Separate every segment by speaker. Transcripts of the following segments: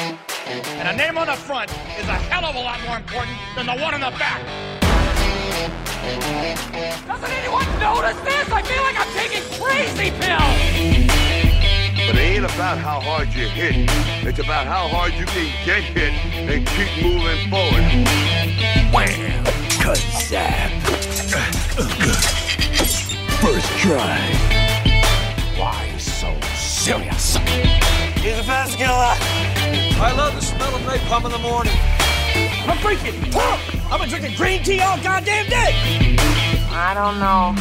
Speaker 1: And the name on the front is a hell of a lot more important than the one on the back.
Speaker 2: Doesn't anyone notice this? I feel like I'm taking crazy pills.
Speaker 3: But it ain't about how hard you hit. It's about how hard you can get hit and keep moving forward.
Speaker 4: Wham! Cut zap. First try. Why so serious?
Speaker 5: He's a vascular. I love the smell of napalm in the morning.
Speaker 1: I'm freaking pump! I've been drinking green tea all goddamn day!
Speaker 6: I don't know.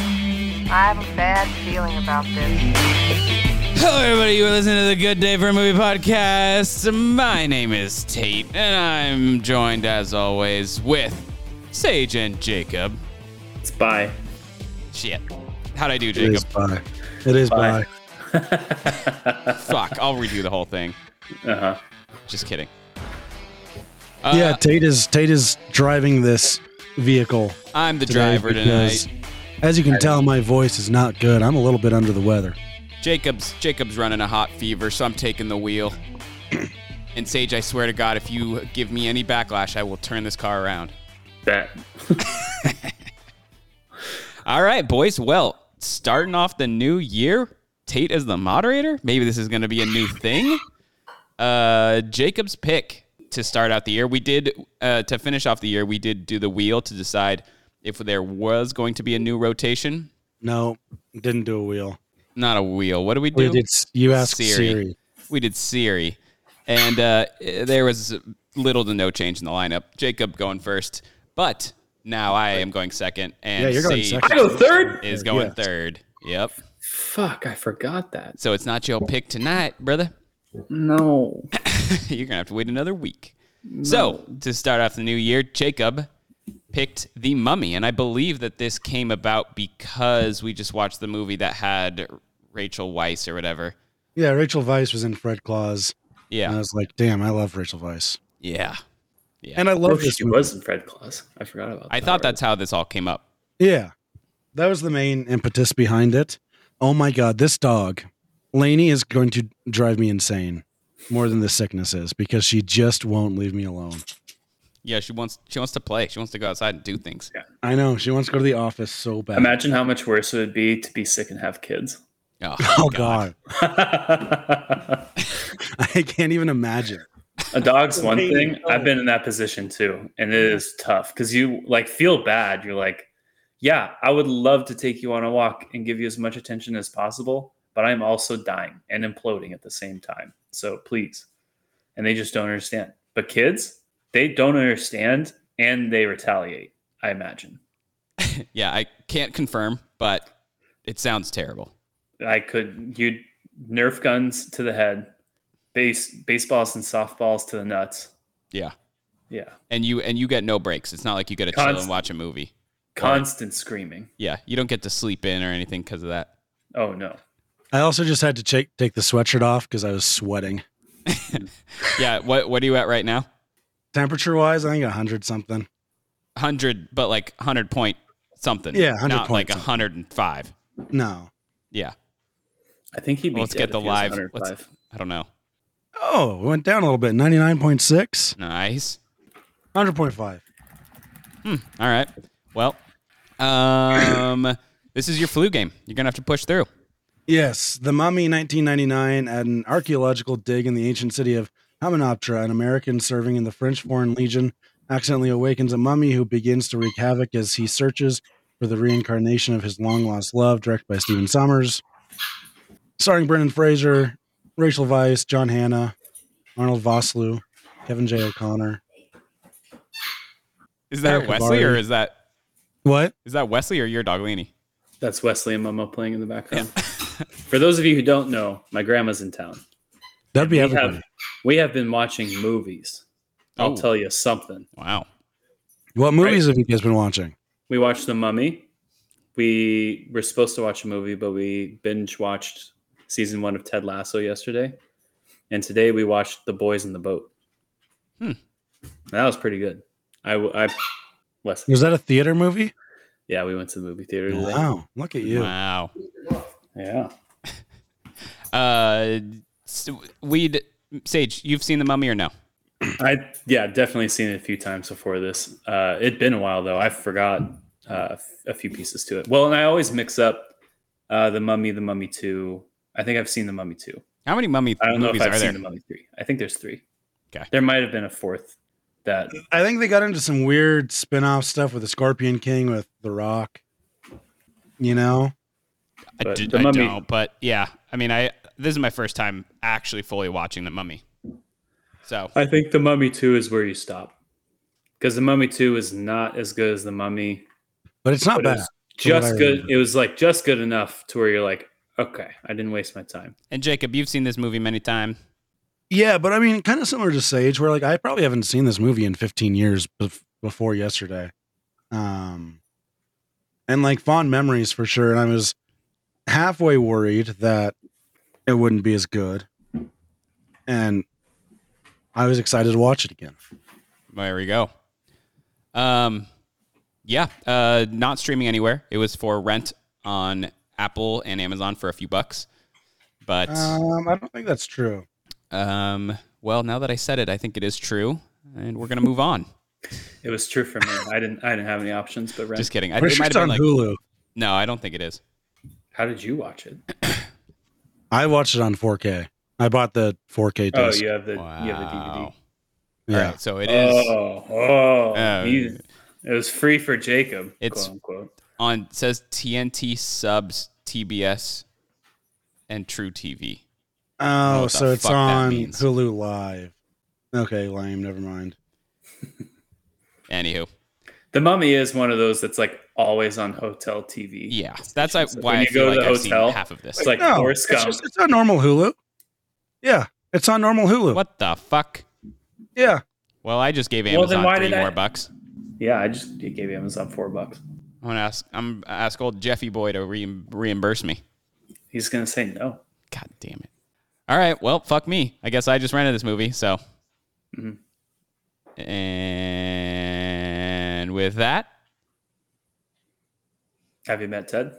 Speaker 6: I have a bad feeling about this.
Speaker 7: Hello, everybody. You are listening to the Good Day for a Movie podcast. My name is Tate, and I'm joined, as always, with Sage and Jacob.
Speaker 8: It's bye.
Speaker 7: Shit. How'd I do,
Speaker 9: It
Speaker 7: Jacob?
Speaker 9: is by. It is
Speaker 8: Bye.
Speaker 9: by.
Speaker 7: Fuck. I'll redo the whole thing.
Speaker 8: Uh huh.
Speaker 7: Just kidding. Uh,
Speaker 9: yeah, Tate is Tate is driving this vehicle.
Speaker 7: I'm the
Speaker 9: today
Speaker 7: driver
Speaker 9: because,
Speaker 7: tonight.
Speaker 9: As you can tell, my voice is not good. I'm a little bit under the weather.
Speaker 7: Jacob's Jacob's running a hot fever, so I'm taking the wheel. and Sage, I swear to God, if you give me any backlash, I will turn this car around.
Speaker 8: That.
Speaker 7: All right, boys. Well, starting off the new year, Tate as the moderator. Maybe this is going to be a new thing. Uh, Jacob's pick to start out the year. We did uh, to finish off the year. We did do the wheel to decide if there was going to be a new rotation.
Speaker 9: No, didn't do a wheel.
Speaker 7: Not a wheel. What do we do?
Speaker 9: We did, s- you asked
Speaker 7: Siri.
Speaker 9: Siri.
Speaker 7: we did Siri, and uh, there was little to no change in the lineup. Jacob going first, but now I am going second, and
Speaker 9: Yeah, you're going
Speaker 7: Sage
Speaker 9: second.
Speaker 8: I go third.
Speaker 7: is going
Speaker 9: Yeah.
Speaker 7: third. Yep.
Speaker 8: Fuck! I forgot that.
Speaker 7: So it's not your pick tonight, brother.
Speaker 8: No.
Speaker 7: you're gonna have to wait another week. So to start off the new year, Jacob picked the Mummy, and I believe that this came about because we just watched the movie that had Rachel Weisz or whatever.
Speaker 9: Yeah, Rachel Weiss was in Fred Claus.
Speaker 7: Yeah.
Speaker 9: And I was like, damn, I love Rachel Weiss.
Speaker 7: yeah. Yeah.
Speaker 9: And I
Speaker 8: Oh,
Speaker 9: love this
Speaker 8: she
Speaker 9: movie.
Speaker 8: was in Fred Claus. I forgot about.
Speaker 7: I
Speaker 8: that
Speaker 7: thought
Speaker 8: already.
Speaker 7: that's how this all came up.
Speaker 9: Yeah. That was the main impetus behind it. Oh my God, this dog, Lainey, is going to drive me insane more than the sickness is because she just won't leave me alone.
Speaker 7: Yeah, she wants she wants to play. She wants to go outside and do things.
Speaker 9: I know. She wants to go to the office so bad.
Speaker 8: Imagine how much worse it would be to be sick and have kids.
Speaker 7: Oh,
Speaker 9: oh, God.
Speaker 8: a
Speaker 9: I can't even imagine.
Speaker 8: dog's one thing. I've been in that position too, and it is tough because you like feel bad. You're like, yeah, I would love to take you on a walk and give you as much attention as possible, but I'm also dying and imploding at the same time. So please, and they just don't understand. But kids, they don't understand and they retaliate. I imagine.
Speaker 7: Yeah, I can't confirm, but it sounds terrible.
Speaker 8: I could you Nerf guns to the head, base baseballs and softballs to the nuts.
Speaker 7: Yeah.
Speaker 8: Yeah,
Speaker 7: And you and you get no breaks. It's not like you get to chill and
Speaker 8: Const-
Speaker 7: watch a movie.
Speaker 8: constant screaming.
Speaker 7: Yeah, you don't get to sleep in or anything because of that.
Speaker 8: Oh no,
Speaker 9: I also just had to check, take the sweatshirt off because I was sweating.
Speaker 7: Yeah, what what are you at right now?
Speaker 9: Temperature wise, I think 100 something.
Speaker 7: Hundred, but like hundred point something.
Speaker 9: Yeah, 100
Speaker 7: not
Speaker 9: point
Speaker 7: like
Speaker 9: something.
Speaker 7: hundred and five.
Speaker 9: No.
Speaker 7: Yeah,
Speaker 8: I think he.
Speaker 7: Well, let's get the live. Let's, I don't know.
Speaker 9: Oh, it went down a little bit. 99.6,
Speaker 7: Nice.
Speaker 9: 100.5.
Speaker 7: All right. Well, um, this is your flu game. You're gonna have to push through.
Speaker 9: Yes, The Mummy 1999 at an archaeological dig in the ancient city of Hamunaptra, an American serving in the French Foreign Legion, accidentally awakens a mummy who begins to wreak havoc as he searches for the reincarnation of his long lost love, directed by Stephen Sommers. Starring Brendan Fraser, Rachel Weisz, John Hanna, Arnold Vosloo, Kevin J. O'Connor.
Speaker 7: Is that
Speaker 9: Eric
Speaker 7: Wesley or
Speaker 9: Vardy.
Speaker 7: is that
Speaker 9: What?
Speaker 7: is that Wesley or your dog Laney?
Speaker 8: That's Wesley and Momo playing in the background. For those of you who don't know, my grandma's in town.
Speaker 9: That'd be
Speaker 8: We
Speaker 9: everybody.
Speaker 8: have we have been watching movies. I'll
Speaker 7: Oh.
Speaker 8: tell you something.
Speaker 7: Wow.
Speaker 9: What movies have you guys been watching?
Speaker 8: We watched The Mummy. We were supposed to watch a movie, but we binge watched season one of Ted Lasso yesterday, and today we watched The Boys in the Boat.
Speaker 7: Hmm.
Speaker 8: That was pretty good. I, w- I Wesley.
Speaker 9: Was that a theater movie?
Speaker 8: Yeah, we went to the movie theater today.
Speaker 9: Wow, look at you.
Speaker 7: Wow.
Speaker 8: Yeah.
Speaker 7: Uh, so we'd Sage, you've seen the Mummy or no?
Speaker 8: I yeah, definitely seen it a few times before this. Uh, it'd been a while though. I forgot uh, a few pieces to it. Well, and I always mix up uh, the Mummy, the Mummy Two. I think I've seen the Mummy Two.
Speaker 7: How many mummy
Speaker 8: I don't know if
Speaker 7: movies
Speaker 8: I've
Speaker 7: are
Speaker 8: seen
Speaker 7: there?
Speaker 8: the Mummy Three. I think there's three.
Speaker 7: Okay.
Speaker 8: There might have been a fourth. That
Speaker 9: I think they got into some weird spin off stuff with the Scorpion King with The Rock. You know?
Speaker 7: I,
Speaker 8: But
Speaker 7: did,
Speaker 8: The
Speaker 7: I
Speaker 8: Mummy-
Speaker 7: don't, but yeah, I mean, I this is my first time actually fully watching the Mummy. So
Speaker 8: I think the Mummy Two is where you stop because the Mummy Two is not as good as the Mummy.
Speaker 9: But it's not
Speaker 8: but it
Speaker 9: bad.
Speaker 8: was
Speaker 9: from what I
Speaker 8: just good.
Speaker 9: remember.
Speaker 8: It was like just good enough to where you're like, okay, I didn't waste my time.
Speaker 7: and Jacob, you've seen this movie many times.
Speaker 9: Yeah, but I mean, kind of similar to Sage, where like I probably haven't seen this movie in 15 years bef- before yesterday. Um, and like fond memories for sure. And I was halfway worried that it wouldn't be as good. And I was excited to watch it again.
Speaker 7: There we go. Um, yeah, uh, not streaming anywhere. It was for rent on Apple and Amazon for a few bucks. But
Speaker 9: Um, I don't think that's true.
Speaker 7: um, well, now that I said it, I think it is true, and we're gonna move on.
Speaker 8: It was true for me. I didn't. I didn't have any options. But Ren,
Speaker 7: Just kidding. I,
Speaker 9: Pretty
Speaker 7: it
Speaker 9: sure
Speaker 7: might have
Speaker 9: it's
Speaker 7: been
Speaker 9: on
Speaker 7: like
Speaker 9: Hulu.
Speaker 7: no, I don't think it is.
Speaker 8: how did you watch it?
Speaker 9: I watched it on 4K. I bought the 4K
Speaker 8: Oh,
Speaker 9: disc.
Speaker 8: you have the you have the
Speaker 7: Wow.
Speaker 8: DVD.
Speaker 9: yeah.
Speaker 7: All right, so it is
Speaker 8: Oh, oh,
Speaker 7: Oh.
Speaker 8: he's- it was free for Jacob.
Speaker 7: It's-
Speaker 8: quote unquote.
Speaker 7: on it says TNT subs TBS and True TV. know
Speaker 9: Oh,
Speaker 7: what the
Speaker 9: so it's
Speaker 7: fuck that
Speaker 9: on
Speaker 7: means.
Speaker 9: Hulu Live. Okay, lame. Never mind.
Speaker 7: Anywho,
Speaker 8: The Mummy is one of those that's like always on hotel TV.
Speaker 7: yeah, that's like
Speaker 8: So
Speaker 7: why
Speaker 8: when
Speaker 7: I
Speaker 8: you
Speaker 7: feel
Speaker 8: go to
Speaker 7: like
Speaker 8: the
Speaker 7: I've
Speaker 8: hotel,
Speaker 7: seen half of this.
Speaker 8: it's like
Speaker 9: no,
Speaker 8: Forrest
Speaker 9: it's,
Speaker 8: Gump.
Speaker 9: just, it's on normal Hulu. Yeah, it's on normal Hulu.
Speaker 7: what the fuck?
Speaker 9: Yeah,
Speaker 7: Well, I just gave
Speaker 8: Well, then
Speaker 7: Amazon
Speaker 8: why
Speaker 7: three
Speaker 8: did I-
Speaker 7: more bucks.
Speaker 8: yeah, I just it gave Amazon four bucks.
Speaker 7: I'm gonna ask. I'm gonna ask old Jeffy boy to re- reimburse me.
Speaker 8: He's gonna say no.
Speaker 7: God damn it! All right, well, fuck me. I guess I just rented this movie. So,
Speaker 8: Mhm.
Speaker 7: and with that,
Speaker 8: Have you met Ted?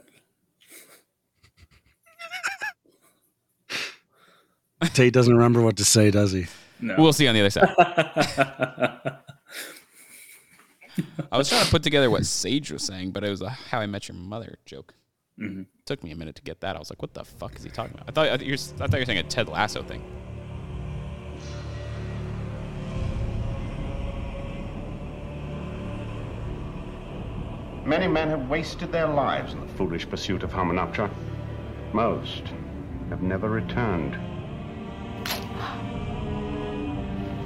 Speaker 9: Tate doesn't remember what to say, does he?
Speaker 8: No.
Speaker 7: we'll see you on the other side. I was trying to put together what Sage was saying, but it was a How I Met Your Mother joke.
Speaker 8: Mhm.
Speaker 7: Took me a minute to get that. I was like, "What the fuck is he talking about?" I thought, I thought you were, I thought you were saying a Ted Lasso thing.
Speaker 10: Many men have wasted their lives in the foolish pursuit of Harmonoptera. Most have never returned.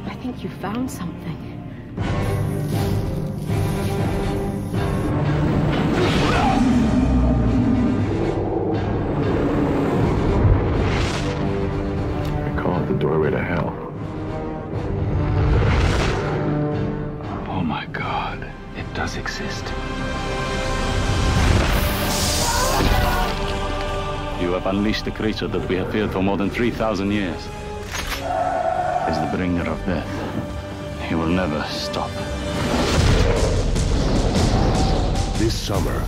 Speaker 11: I think you found something.
Speaker 10: I call it the doorway to hell. Oh my god, it does exist. You have unleashed a creature that we have feared for more than 3,000 years. Is the bringer of death. He will never stop.
Speaker 4: This summer,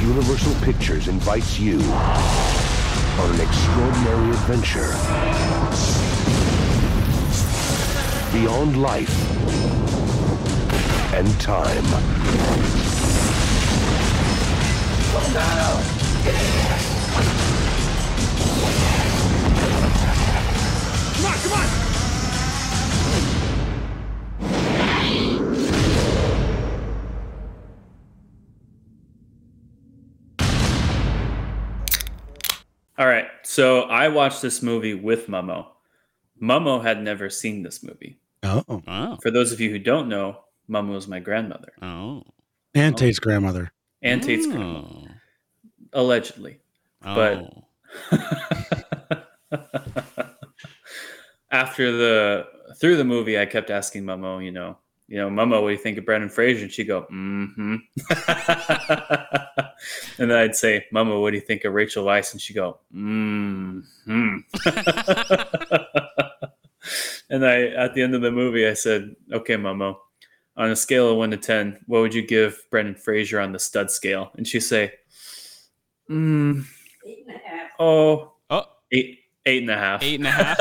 Speaker 4: Universal Pictures invites you on an extraordinary adventure beyond life and time.
Speaker 8: All right. So I watched this movie with Momo. Momo had never seen this movie.
Speaker 9: Oh,
Speaker 7: Oh,
Speaker 8: For those of you who don't know, Momo is my grandmother
Speaker 7: oh,
Speaker 9: and Tate's grandmother.
Speaker 8: and Tate's
Speaker 7: oh.
Speaker 8: grandmother, allegedly. But-
Speaker 7: Oh.
Speaker 8: After the through the movie, I kept asking Momo, you know, you know, Momo, what do you think of Brendan Fraser? And she'd go, mm-hmm. and then I'd say, Momo, what do you think of Rachel Weisz? And she'd go, mm-hmm. and I at the end of the movie I said, Okay, Momo, on a scale of one to ten, what would you give Brendan Fraser on the stud scale? And she'd say, mm, oh
Speaker 7: Oh,
Speaker 8: eight Eight and a half.
Speaker 7: Eight and a half.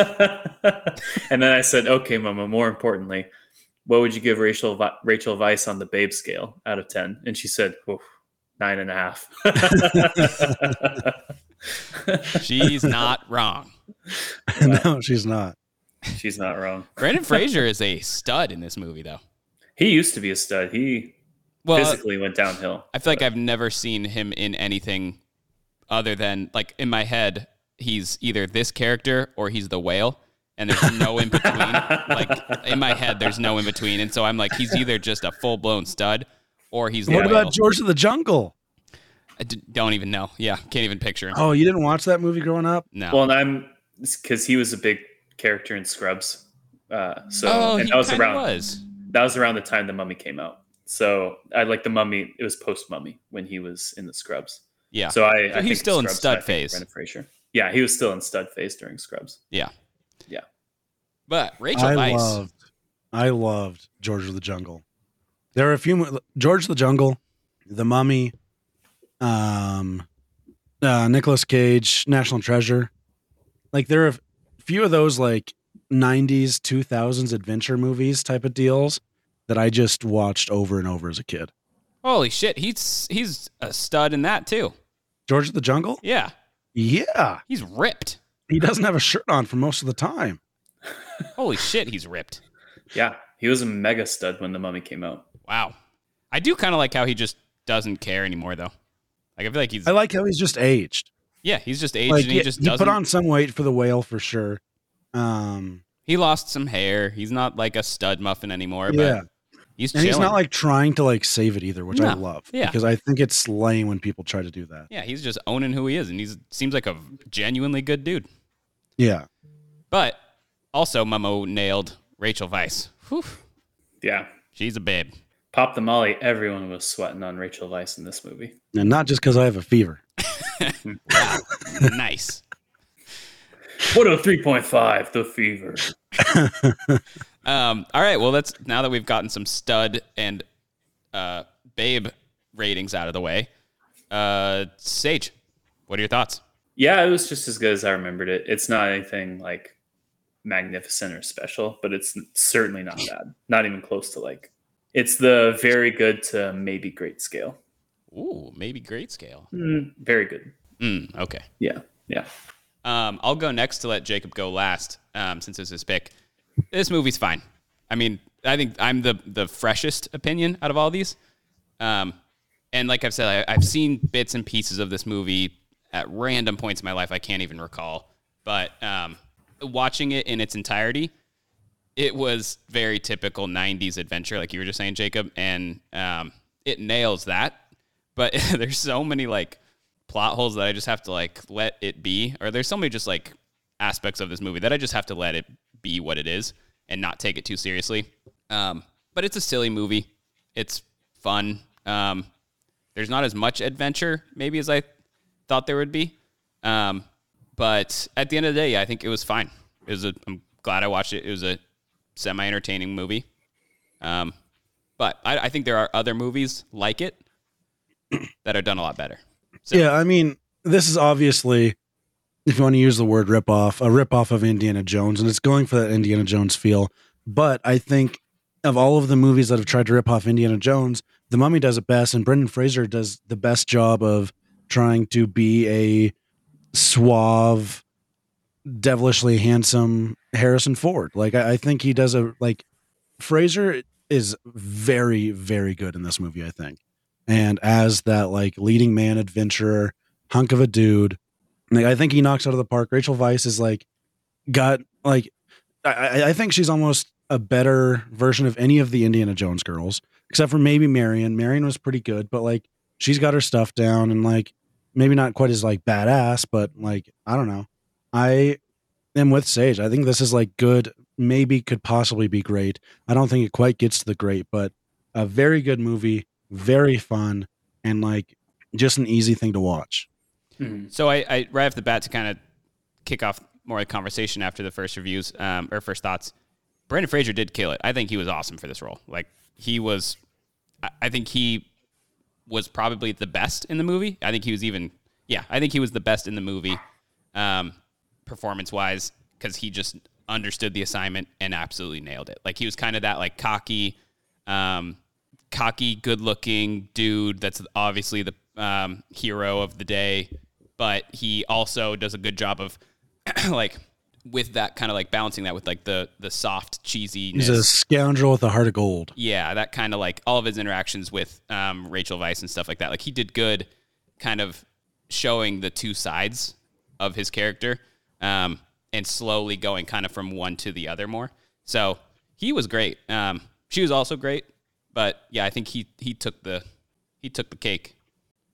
Speaker 8: and then I said, okay, Mama, more importantly, what would you give Rachel Vi- Rachel Weiss on the babe scale out of 10? And she said, Oof, nine and a half.
Speaker 7: She's not wrong.
Speaker 9: no, she's not.
Speaker 8: She's not wrong.
Speaker 7: Brandon Fraser is a stud in this movie, though.
Speaker 8: He used to be a stud. He
Speaker 7: Well,
Speaker 8: physically went downhill.
Speaker 7: I feel like I've never seen him in anything other than like in my head, he's either this character or he's the whale. And there's no in between. like in my head, there's no in between. And so I'm like, he's either just a full blown stud or he's the
Speaker 9: What
Speaker 7: whale.
Speaker 9: about George of the Jungle?
Speaker 7: I d- don't even know. Yeah. Can't even picture him.
Speaker 9: Oh, you didn't watch that movie growing up?
Speaker 7: no.
Speaker 8: Well, and I'm because he was a big character in Scrubs. Uh, so
Speaker 7: Oh,
Speaker 8: and
Speaker 7: he
Speaker 8: that was
Speaker 7: kinda
Speaker 8: around
Speaker 7: was.
Speaker 8: that was around the time the Mummy came out. So I like the Mummy. It was post Mummy when he was in the Scrubs.
Speaker 7: Yeah.
Speaker 8: So I,
Speaker 7: So
Speaker 8: I
Speaker 7: he's
Speaker 8: think
Speaker 7: still in
Speaker 8: Scrubs,
Speaker 7: stud
Speaker 8: I think
Speaker 7: phase.
Speaker 8: Brendan Fraser. Yeah, he was still in stud phase during Scrubs.
Speaker 7: Yeah.
Speaker 8: Yeah.
Speaker 7: But Rachel
Speaker 9: I
Speaker 7: Weisz.
Speaker 9: loved, I loved George of the Jungle. There are a few mo- George of the Jungle, The Mummy, um, uh, Nicholas Cage, National Treasure. Like there are a few of those like '90s, 2000s adventure movies type of deals that I just watched over and over as a kid.
Speaker 7: Holy shit. He's he's a stud in that too.
Speaker 9: George of the Jungle,
Speaker 7: Yeah.
Speaker 9: yeah,
Speaker 7: He's ripped.
Speaker 9: he doesn't have a shirt on for most of the time.
Speaker 7: Holy shit, he's ripped.
Speaker 8: Yeah. He was a mega stud when the Mummy came out.
Speaker 7: Wow. I do kind of like how he just doesn't care anymore, though. Like I feel like he's
Speaker 9: I like how he's just aged.
Speaker 7: yeah, he's just aged
Speaker 9: Like,
Speaker 7: and he
Speaker 9: yeah,
Speaker 7: just
Speaker 9: he
Speaker 7: doesn't.
Speaker 9: put on some weight for the whale for sure. Um,
Speaker 7: he lost some hair. He's not like a stud muffin anymore.
Speaker 9: Yeah.
Speaker 7: but he's
Speaker 9: and
Speaker 7: chilling.
Speaker 9: he's not like trying to like save it either, which I
Speaker 7: No,
Speaker 9: love.
Speaker 7: yeah.
Speaker 9: Because I think it's lame when people try to do that.
Speaker 7: yeah, he's just owning who he is, and he seems like a genuinely good dude.
Speaker 9: Yeah.
Speaker 7: But also, Momo nailed Rachel Vice. Whew,
Speaker 8: Yeah.
Speaker 7: she's a babe.
Speaker 8: Pop the Molly, everyone was sweating on Rachel Weisz in this movie.
Speaker 9: And not just because I have a fever.
Speaker 7: nice.
Speaker 8: 103.5, the fever.
Speaker 7: Um, all right. Well, that's now that we've gotten some stud and uh, babe ratings out of the way. Uh, Sage, what are your thoughts?
Speaker 8: Yeah, it was just as good as I remembered it. It's not anything like magnificent or special, but it's certainly not bad. Not even close to like it's the very good to maybe great scale.
Speaker 7: Ooh, maybe grade scale.
Speaker 8: Mm, very good.
Speaker 7: Mm, okay.
Speaker 8: Yeah. Yeah.
Speaker 7: Um, I'll go next to let Jacob go last, um, since it's his pick. This movie's fine. I mean, I think I'm the the freshest opinion out of all these. Um, and like I've said, I, I've seen bits and pieces of this movie at random points in my life. I can't even recall. But um, watching it in its entirety, it was very typical 90s adventure, like you were just saying, Jacob. And um, it nails that. But there's so many like plot holes that I just have to like let it be. Or there's so many just like aspects of this movie that I just have to let it be what it is and not take it too seriously. Um, but it's a silly movie. It's fun. Um, there's not as much adventure maybe as I thought there would be. Um, but at the end of the day, yeah, I think it was fine. It was a, I'm glad I watched it. It was a semi entertaining movie. Um, but I, I think there are other movies like it that are done a lot better. So-
Speaker 9: yeah, I mean, this is obviously, if you want to use the word ripoff, a ripoff of Indiana Jones, and it's going for that Indiana Jones feel. But I think of all of the movies that have tried to rip off Indiana Jones, The Mummy does it best, and Brendan Fraser does the best job of trying to be a suave, devilishly handsome Harrison Ford. Like I, I think he does a like Fraser is very, very good in this movie, I think. And as that like leading man adventurer, hunk of a dude, like, I think he knocks out of the park. Rachel Weiss is like got like I- I, I think she's almost a better version of any of the Indiana Jones girls, except for maybe Marion. Marion was pretty good, but like she's got her stuff down and like maybe not quite as like badass, but like I don't know. I am with Sage. I think this is like good, maybe could possibly be great. I don't think it quite gets to the great, but a very good movie, very fun, and like just an easy thing to watch.
Speaker 7: So I, I right off the bat to kind of kick off more of the conversation after the first reviews um, or first thoughts. Brandon Fraser did kill it. I think he was awesome for this role. Like he was, I- I think he was probably the best in the movie. I think he was even, yeah, I think he was the best in the movie. Um, performance wise because he just understood the assignment and absolutely nailed it. Like he was kind of that like cocky, um, cocky, good looking dude that's obviously the um, hero of the day, but he also does a good job of like with that kind of like balancing that with like the the soft cheesy.
Speaker 9: He's a scoundrel with a heart of gold.
Speaker 7: Yeah, that kind of like all of his interactions with um, Rachel Vice and stuff like that. Like he did good, kind of showing the two sides of his character, um, and slowly going kind of from one to the other more. So he was great. Um, she was also great, but yeah, I think he he took the he took the cake.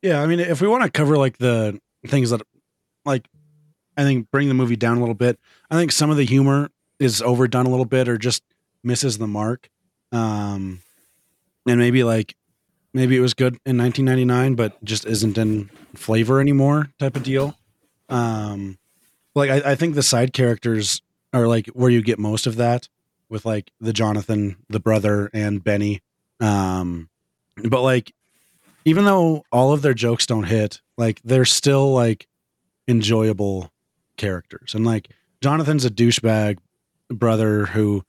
Speaker 9: Yeah, I mean, if we want to cover like the things that, like, I think bring the movie down a little bit. I think some of the humor is overdone a little bit, or just misses the mark. Um, and maybe like, maybe it was good in 1999, but just isn't in flavor anymore, type of deal. Um, like I, I think the side characters are like where you get most of that with like the Jonathan, the brother, and Benny. Um, but like even though all of their jokes don't hit, like they're still like enjoyable characters. And like Jonathan's a douchebag brother who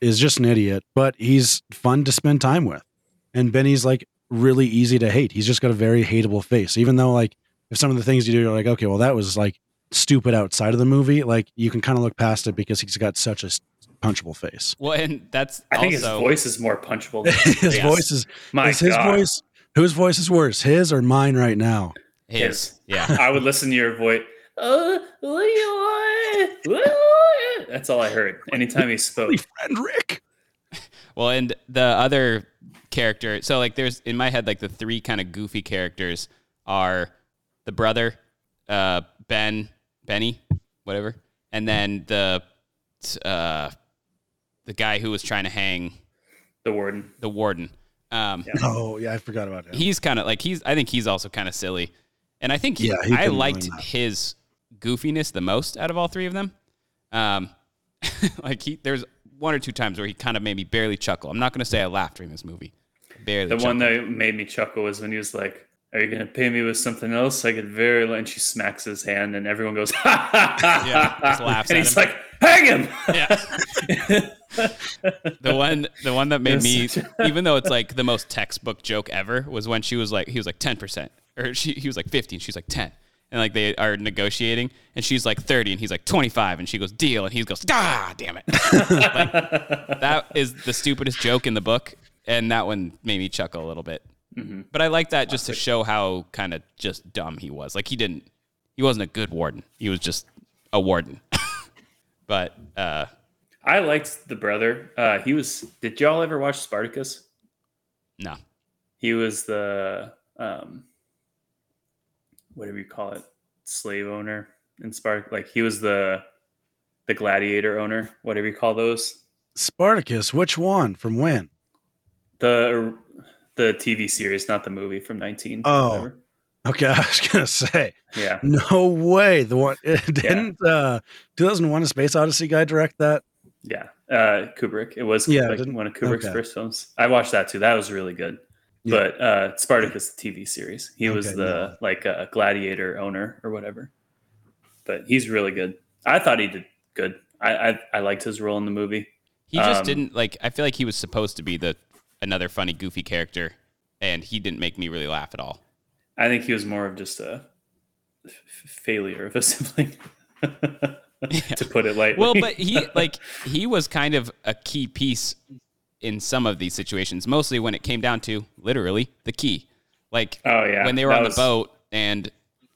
Speaker 9: is just an idiot, but he's fun to spend time with. And Benny's like really easy to hate. He's just got a very hateable face. Even though like if some of the things you do, you're like, okay, well that was like stupid outside of the movie, like you can kind of look past it because he's got such a s- punchable face.
Speaker 7: Well, and that's
Speaker 8: I think his
Speaker 7: also-
Speaker 8: voice is more punchable. Than
Speaker 9: his
Speaker 8: Yes.
Speaker 9: voice is
Speaker 8: My
Speaker 9: is his
Speaker 8: God.
Speaker 9: voice whose voice is worse his or mine right now
Speaker 7: His. Yeah.
Speaker 8: I would listen to your voice. Uh, what do you want? What do you want? That's all I heard anytime he spoke.
Speaker 9: friend Rick.
Speaker 7: Well, and the other character, so like there's in my head like the three kind of goofy characters are the brother, uh, Ben, Benny, whatever, and then the uh, the guy who was trying to hang
Speaker 8: the warden.
Speaker 7: The warden. Um,
Speaker 9: oh yeah i forgot about him
Speaker 7: he's kind of like he's i think he's also kind of silly and i think he,
Speaker 9: Yeah, he
Speaker 7: i
Speaker 9: can
Speaker 7: liked
Speaker 9: really not.
Speaker 7: his goofiness the most out of all three of them um like he there's one or two times where he kind of made me barely chuckle i'm not going to say i laughed during this movie barely
Speaker 8: The one
Speaker 7: chuckled.
Speaker 8: that made me chuckle was when he was like, "Are you gonna pay me with something else?" I could very. li-" And she smacks his hand, and everyone goes, "Ha ha ha!"
Speaker 7: Yeah, just
Speaker 8: ha."
Speaker 7: laughs
Speaker 8: and
Speaker 7: at
Speaker 8: he's
Speaker 7: him.
Speaker 8: like, "Hang him!"
Speaker 7: the one the one that made me
Speaker 8: Yes.
Speaker 7: even though it's like the most textbook joke ever was when she was like he was like 10% or she he was like 50 and she's like 10 and like they are negotiating and she's like 30 and he's like 25 and she goes deal and he goes ah damn it like, that is the stupidest joke in the book and that one made me chuckle a little bit
Speaker 8: Mhm.
Speaker 7: but i like that just to show how kind of just dumb he was like he didn't he wasn't a good warden he was just a warden but uh
Speaker 8: I liked the brother. Uh, he was. Did y'all ever watch Spartacus?
Speaker 7: No.
Speaker 8: He was the um, whatever you call it, slave owner in Spark. Like he was the the gladiator owner, whatever you call those.
Speaker 9: spartacus which one from when
Speaker 8: The the TV series, not the movie from nineteen.
Speaker 9: Oh.
Speaker 8: whatever.
Speaker 9: okay i was gonna say
Speaker 8: yeah.
Speaker 9: no way the one didn't uh 2001 a space odyssey guy direct that
Speaker 8: Yeah, uh, Kubrick. It was
Speaker 9: Yeah,
Speaker 8: like,
Speaker 9: didn't-
Speaker 8: one of Kubrick's
Speaker 9: okay.
Speaker 8: first films. I watched that too. That was really good. But uh, Spartacus the TV series. He was
Speaker 9: Okay,
Speaker 8: the like uh, gladiator owner or whatever. But he's really good. I thought he did good. I I, I liked his role in the movie.
Speaker 7: He just
Speaker 8: Um,
Speaker 7: didn't like. I feel like he was supposed to be the another funny, goofy character, and he didn't make me really laugh at all.
Speaker 8: I think he was more of just a f- f- failure of a sibling, to put it lightly.
Speaker 7: Well, but he like he was kind of a key piece in some of these situations, mostly when it came down to literally the key. Like
Speaker 8: Oh, yeah.
Speaker 7: when they were
Speaker 8: That
Speaker 7: on
Speaker 8: was-
Speaker 7: the boat and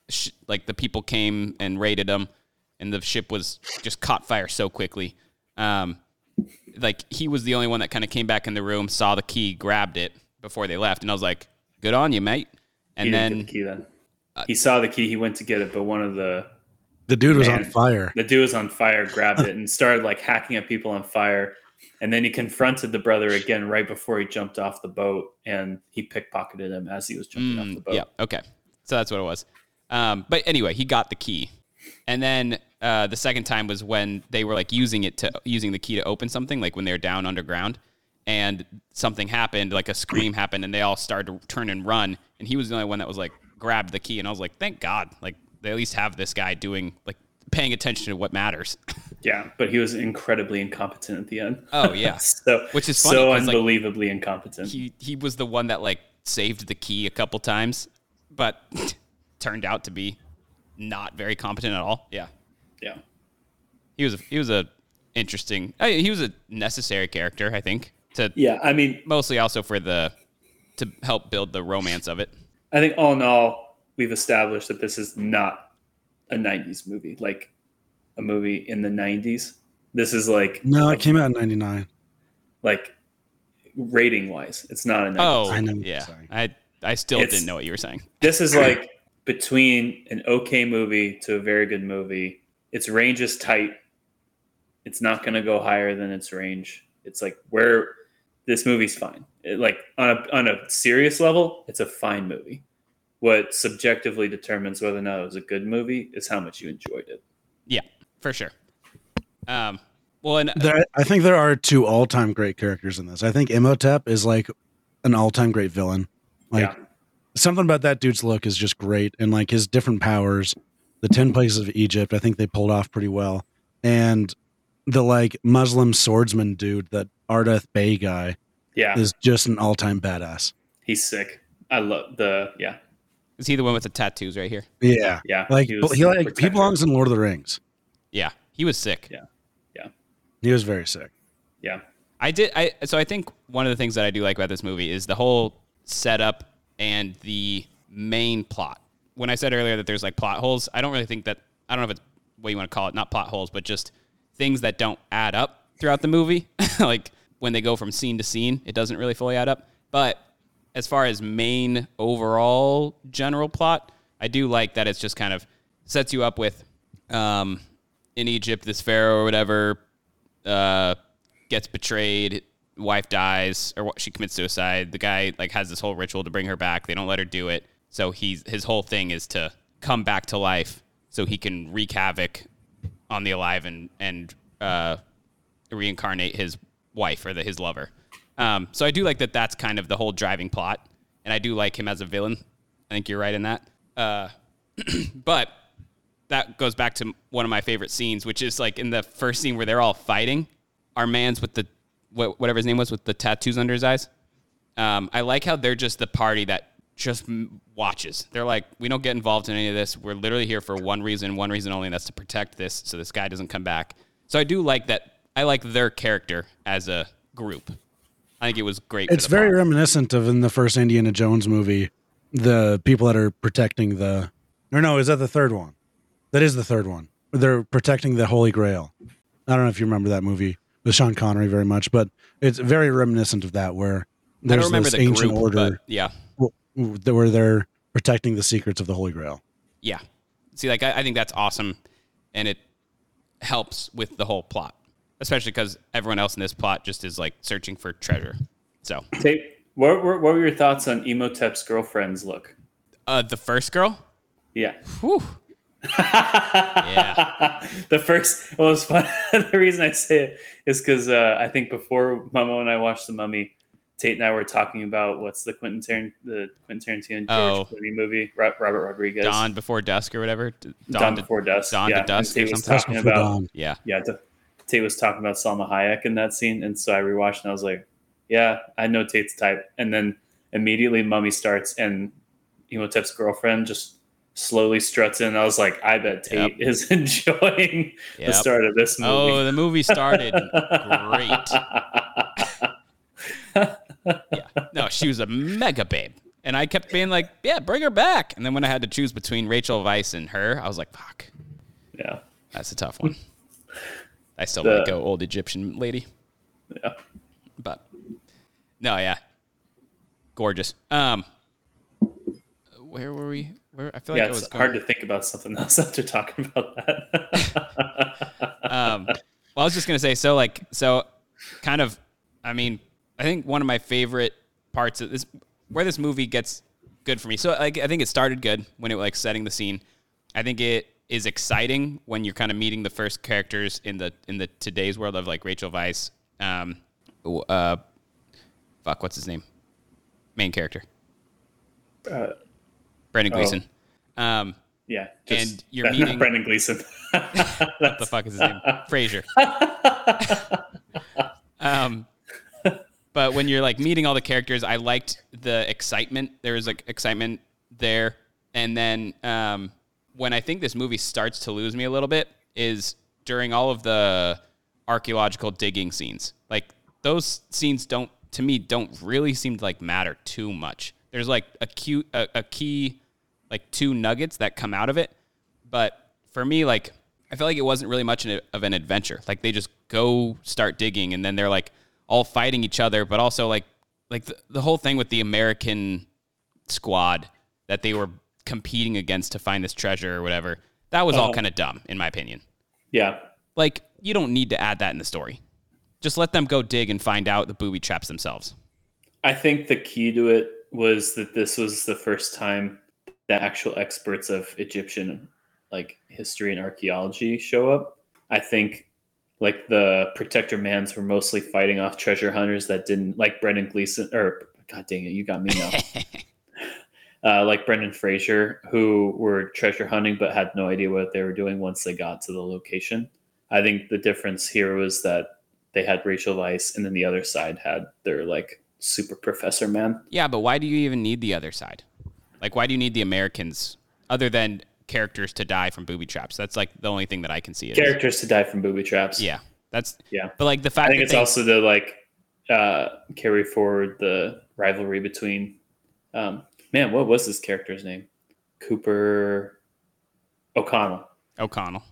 Speaker 7: sh- like the people came and raided them, and the ship was just caught fire so quickly. Um, like he was the only one that kind of came back in the room, saw the key, grabbed it before they left, and I was like, "Good on you, mate." And
Speaker 8: He didn't
Speaker 7: then uh,
Speaker 8: get the key then. he saw the key. He went to get it, but one of the
Speaker 9: the dude was on
Speaker 8: Man.
Speaker 9: fire
Speaker 8: The dude was on fire, grabbed it, and started like hacking at people on fire. And then he confronted the brother again right before he jumped off the boat, and he pickpocketed him as he was jumping off the boat.
Speaker 7: Mm, Yeah. Okay. So that's what it was. Um, but anyway, he got the key, and then uh, the second time was when they were like using it to using the key to open something, like when they were down underground, and something happened, like a scream happened, and they all started to turn and run, and he was the only one that was like grabbed the key, and I was like, thank God, like they at least have this guy doing like paying attention to what matters.
Speaker 8: Yeah, but he was incredibly incompetent at the end.
Speaker 7: Oh yeah,
Speaker 8: so
Speaker 7: which is funny
Speaker 8: so
Speaker 7: 'cause, like,
Speaker 8: unbelievably incompetent.
Speaker 7: he he was the one that like saved the key a couple times, but turned out to be not very competent at all. Yeah,
Speaker 8: yeah.
Speaker 7: He was a, he was a interesting. I, he was a necessary character, I think. To
Speaker 8: yeah, I mean
Speaker 7: mostly also for the to help build the romance of it.
Speaker 8: I think all in all, we've established that this is not a '90s movie, like a movie in the '90s. This is like
Speaker 9: No, it came out in 99.
Speaker 8: like rating wise, it's not a '90s.
Speaker 7: Oh, yeah. I I still
Speaker 8: It's-
Speaker 7: didn't know what you were saying.
Speaker 8: This is like between an okay movie to a very good movie. Its range is tight. It's not going to go higher than its range. It's like where this movie's fine. It, like on a on a serious level, it's a fine movie. What subjectively determines whether or not it was a good movie is how much you enjoyed it.
Speaker 7: Yeah, for sure. Um, well, and
Speaker 9: There, I think there are two all time great characters in this. I think Imhotep is like an all time great villain. Like something about that dude's look is just great, and like his different powers, the ten places of Egypt, I think they pulled off pretty well, and the like Muslim swordsman dude, that Ardeth Bay guy,
Speaker 8: Yeah.
Speaker 9: is just an all time badass.
Speaker 8: He's sick. I love the yeah.
Speaker 7: Is he the one with the tattoos right here?
Speaker 9: Yeah,
Speaker 8: Yeah,
Speaker 9: Like
Speaker 8: he
Speaker 9: he,
Speaker 8: was
Speaker 9: he like he
Speaker 8: protector.
Speaker 9: belongs in Lord of the Rings.
Speaker 7: Yeah, he was sick.
Speaker 8: Yeah, yeah,
Speaker 9: He was very sick.
Speaker 8: yeah.
Speaker 7: I did. I so I think one of the things that I do like about this movie is the whole setup and the main plot. When I said earlier that there's like plot holes, I don't really think that. I don't know if it's what you want to call it, not plot holes, but just things that don't add up throughout the movie. like when they go from scene to scene, it doesn't really fully add up. But as far as main overall general plot, I do like that it's just kind of sets you up with um, in Egypt, this pharaoh or whatever uh, gets betrayed, wife dies, or what- she commits suicide. The guy like has this whole ritual to bring her back. They don't let her do it, so he's his whole thing is to come back to life so he can wreak havoc on the alive and and uh, reincarnate his wife or the, his lover. Um, so I do like that. That's kind of the whole driving plot, and I do like him as a villain. I think you're right in that. Uh, but that goes back to one of my favorite scenes, which is like in the first scene where they're all fighting. Our man's with the wha- whatever his name was with the tattoos under his eyes. Um, I like how they're just the party that just m- watches. They're like, we don't get involved in any of this. We're literally here for one reason, one reason only, and that's to protect this, so this guy doesn't come back. So I do like that. I like their character as a group. I think it was great. for
Speaker 9: It's
Speaker 7: the
Speaker 9: very
Speaker 7: plot.
Speaker 9: reminiscent of in the first Indiana Jones movie, the people that are protecting the, or no, is that the third one? That is the third one. They're protecting the Holy Grail. I don't know if you remember that movie with Sean Connery very much, but it's very reminiscent of that where
Speaker 7: I don't
Speaker 9: there's
Speaker 7: remember
Speaker 9: this
Speaker 7: the
Speaker 9: ancient
Speaker 7: group,
Speaker 9: order
Speaker 7: but yeah.
Speaker 9: w- w- where they're protecting the secrets of the Holy Grail.
Speaker 7: Yeah. See, like, I, I think that's awesome. And it helps with the whole plot, especially because everyone else in this plot just is like searching for treasure. So,
Speaker 8: Tate, what, were what were your thoughts on Emotep's girlfriend's look?
Speaker 7: uh, the first girl?
Speaker 8: Yeah.
Speaker 7: Whew. yeah.
Speaker 8: the first well it's fun the reason i say it is because uh, i think before mama and i watched the mummy tate and i were talking about what's the quentin, Taran- the quentin tarantino and
Speaker 7: Oh.
Speaker 8: George Clooney movie Ro- robert rodriguez
Speaker 7: Dawn before dusk or whatever. D-
Speaker 8: Dawn Before Dusk,
Speaker 7: Dawn
Speaker 8: yeah.
Speaker 7: to dusk or
Speaker 8: And Tate was
Speaker 7: something.
Speaker 8: talking Before about- Dawn.
Speaker 7: Yeah.
Speaker 8: yeah the, tate was talking about salma hayek in that scene and so i rewatched and i was like yeah i know tate's type and then immediately mummy starts and emotep's girlfriend just slowly struts in and i was like i bet tate is enjoying the
Speaker 7: Yep.
Speaker 8: start of this movie
Speaker 7: Oh, the movie started great. yeah. No, she was a mega babe. And I kept being like, yeah, bring her back. And then when I had to choose between Rachel Weisz and her, I was like, fuck.
Speaker 8: Yeah.
Speaker 7: That's a tough one. I still want
Speaker 8: The-
Speaker 7: to go old Egyptian lady.
Speaker 8: Yeah.
Speaker 7: But no, yeah. Gorgeous. Um where were we? Where I feel like
Speaker 8: yeah,
Speaker 7: I was
Speaker 8: it's hard to think about something else after talking about that.
Speaker 7: um, well, I was just gonna say, so like, so kind of, I mean, I think one of my favorite parts of this, where this movie gets good for me. So like, I think it started good when it like setting the scene. I think it is exciting when you're kind of meeting the first characters in the in the today's world of like Rachel Vice, um, w- uh, fuck, what's his name, main character.
Speaker 8: Uh,
Speaker 7: Brendan
Speaker 8: Oh.
Speaker 7: Gleeson. Um,
Speaker 8: Yeah.
Speaker 7: and you're
Speaker 8: not
Speaker 7: meeting
Speaker 8: Brendan Gleeson.
Speaker 7: what the fuck is his name? Fraser. um, but when you're like meeting all the characters, I liked the excitement. There was like excitement there, and then um, when I think this movie starts to lose me a little bit is during all of the archaeological digging scenes. Like those scenes don't to me don't really seem to like matter too much. There's like a cute a, a key like two nuggets that come out of it, but for me like I felt like it wasn't really much an- of an adventure. Like they just go start digging and then they're like all fighting each other, but also like like the, the whole thing with the American squad that they were competing against to find this treasure or whatever. That was all
Speaker 8: Uh-huh.
Speaker 7: kind of dumb in my opinion.
Speaker 8: yeah.
Speaker 7: Like you don't need to add that in the story. Just let them go dig and find out the booby traps themselves.
Speaker 8: I think the key to it was that this was the first time that actual experts of Egyptian like history and archaeology show up. I think like the protector mans were mostly fighting off treasure hunters that didn't like Brendan Gleeson or god dang it, you got me now. uh, like Brendan Fraser, who were treasure hunting but had no idea what they were doing once they got to the location. I think the difference here was that they had Rachel Vice, and then the other side had their like super professor man.
Speaker 7: Yeah, but why do you even need the other side? Like why do you need the Americans other than characters to die from booby traps? That's like the only thing that I can see. Is.
Speaker 8: Characters to die from booby traps.
Speaker 7: Yeah. That's
Speaker 8: yeah.
Speaker 7: But like the
Speaker 8: I
Speaker 7: fact
Speaker 8: think
Speaker 7: that
Speaker 8: it's
Speaker 7: they-
Speaker 8: also to like uh, carry forward the rivalry between um, man, what was this character's name? Cooper O'Connell.
Speaker 7: O'Connell.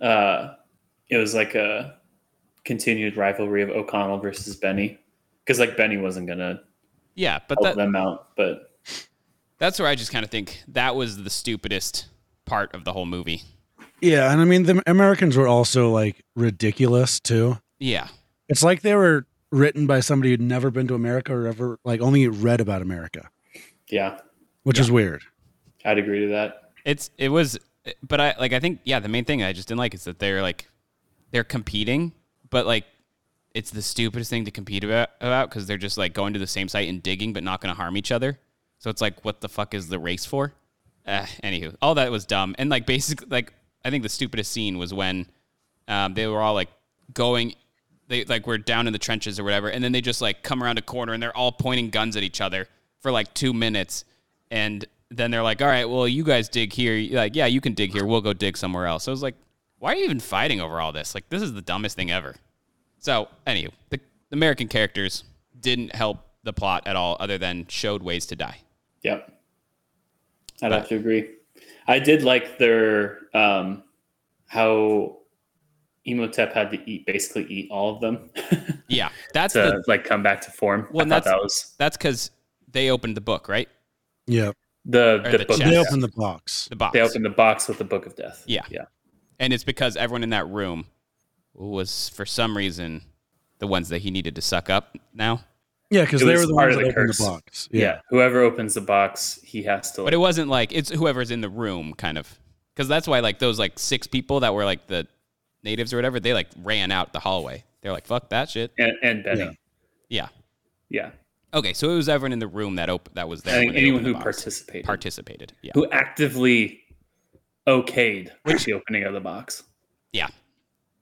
Speaker 8: Uh, it was like a continued rivalry of O'Connell versus Benny, because like Benny wasn't gonna
Speaker 7: Yeah, but
Speaker 8: help
Speaker 7: that,
Speaker 8: them out, but
Speaker 7: that's where I just kind of think that was the stupidest part of the whole movie.
Speaker 9: Yeah, and I mean the Americans were also like ridiculous too.
Speaker 7: Yeah.
Speaker 9: It's like they were written by somebody who'd never been to America or ever like only read about America,
Speaker 8: yeah,
Speaker 9: which is weird.
Speaker 8: I'd agree to that.
Speaker 7: It's it was, but I like I think yeah the main thing I just didn't like is that they're like they're competing, but like it's the stupidest thing to compete about about because they're just like going to the same site and digging but not going to harm each other. So it's like what the fuck is the race for? Uh, anywho, all that was dumb and like basically like I think the stupidest scene was when um, they were all like going. They like were down in the trenches or whatever, and then they just like come around a corner and they're all pointing guns at each other for like two minutes, and then they're like, "All right, well, you guys dig here. You're Like, yeah, you can dig here. We'll go dig somewhere else." So I was like, "Why are you even fighting over all this? Like, this is the dumbest thing ever." So, anywho, the, the American characters didn't help the plot at all, other than showed ways to die.
Speaker 8: Yep. I'd have to agree. I did like their um how Emotep had to eat basically eat all of them.
Speaker 7: Yeah, that's
Speaker 8: to
Speaker 7: the,
Speaker 8: like come back to form.
Speaker 7: well,
Speaker 8: I
Speaker 7: and that's
Speaker 8: thought that was
Speaker 7: that's because they opened the book, right?
Speaker 9: Yeah.
Speaker 8: the
Speaker 7: Or
Speaker 8: the,
Speaker 7: the
Speaker 8: book.
Speaker 7: chest. They opened
Speaker 9: the box.
Speaker 7: The box.
Speaker 8: They opened the box with the book of death.
Speaker 7: Yeah.
Speaker 8: Yeah.
Speaker 7: And it's because everyone in that room was, for some reason, the ones that he needed to suck up now.
Speaker 9: Yeah, 'cause
Speaker 8: It
Speaker 9: they
Speaker 8: was
Speaker 9: were the
Speaker 8: part
Speaker 9: ones
Speaker 8: of
Speaker 9: that opened the
Speaker 8: curse.
Speaker 9: box. Yeah.
Speaker 8: Whoever opens the box, he has to.
Speaker 7: But it wasn't like it's whoever's in the room, kind of. Because that's why, like, those like six people that were like the natives or whatever, they like ran out the hallway. They're like, fuck that shit.
Speaker 8: and, and Benny.
Speaker 7: Yeah.
Speaker 8: Yeah.
Speaker 7: Okay, so it was everyone in the room that op- that was there.
Speaker 8: I think
Speaker 7: when they
Speaker 8: anyone
Speaker 7: opened the box.
Speaker 8: who participated.
Speaker 7: participated, yeah,
Speaker 8: Who actively okayed the opening of the box.
Speaker 7: yeah,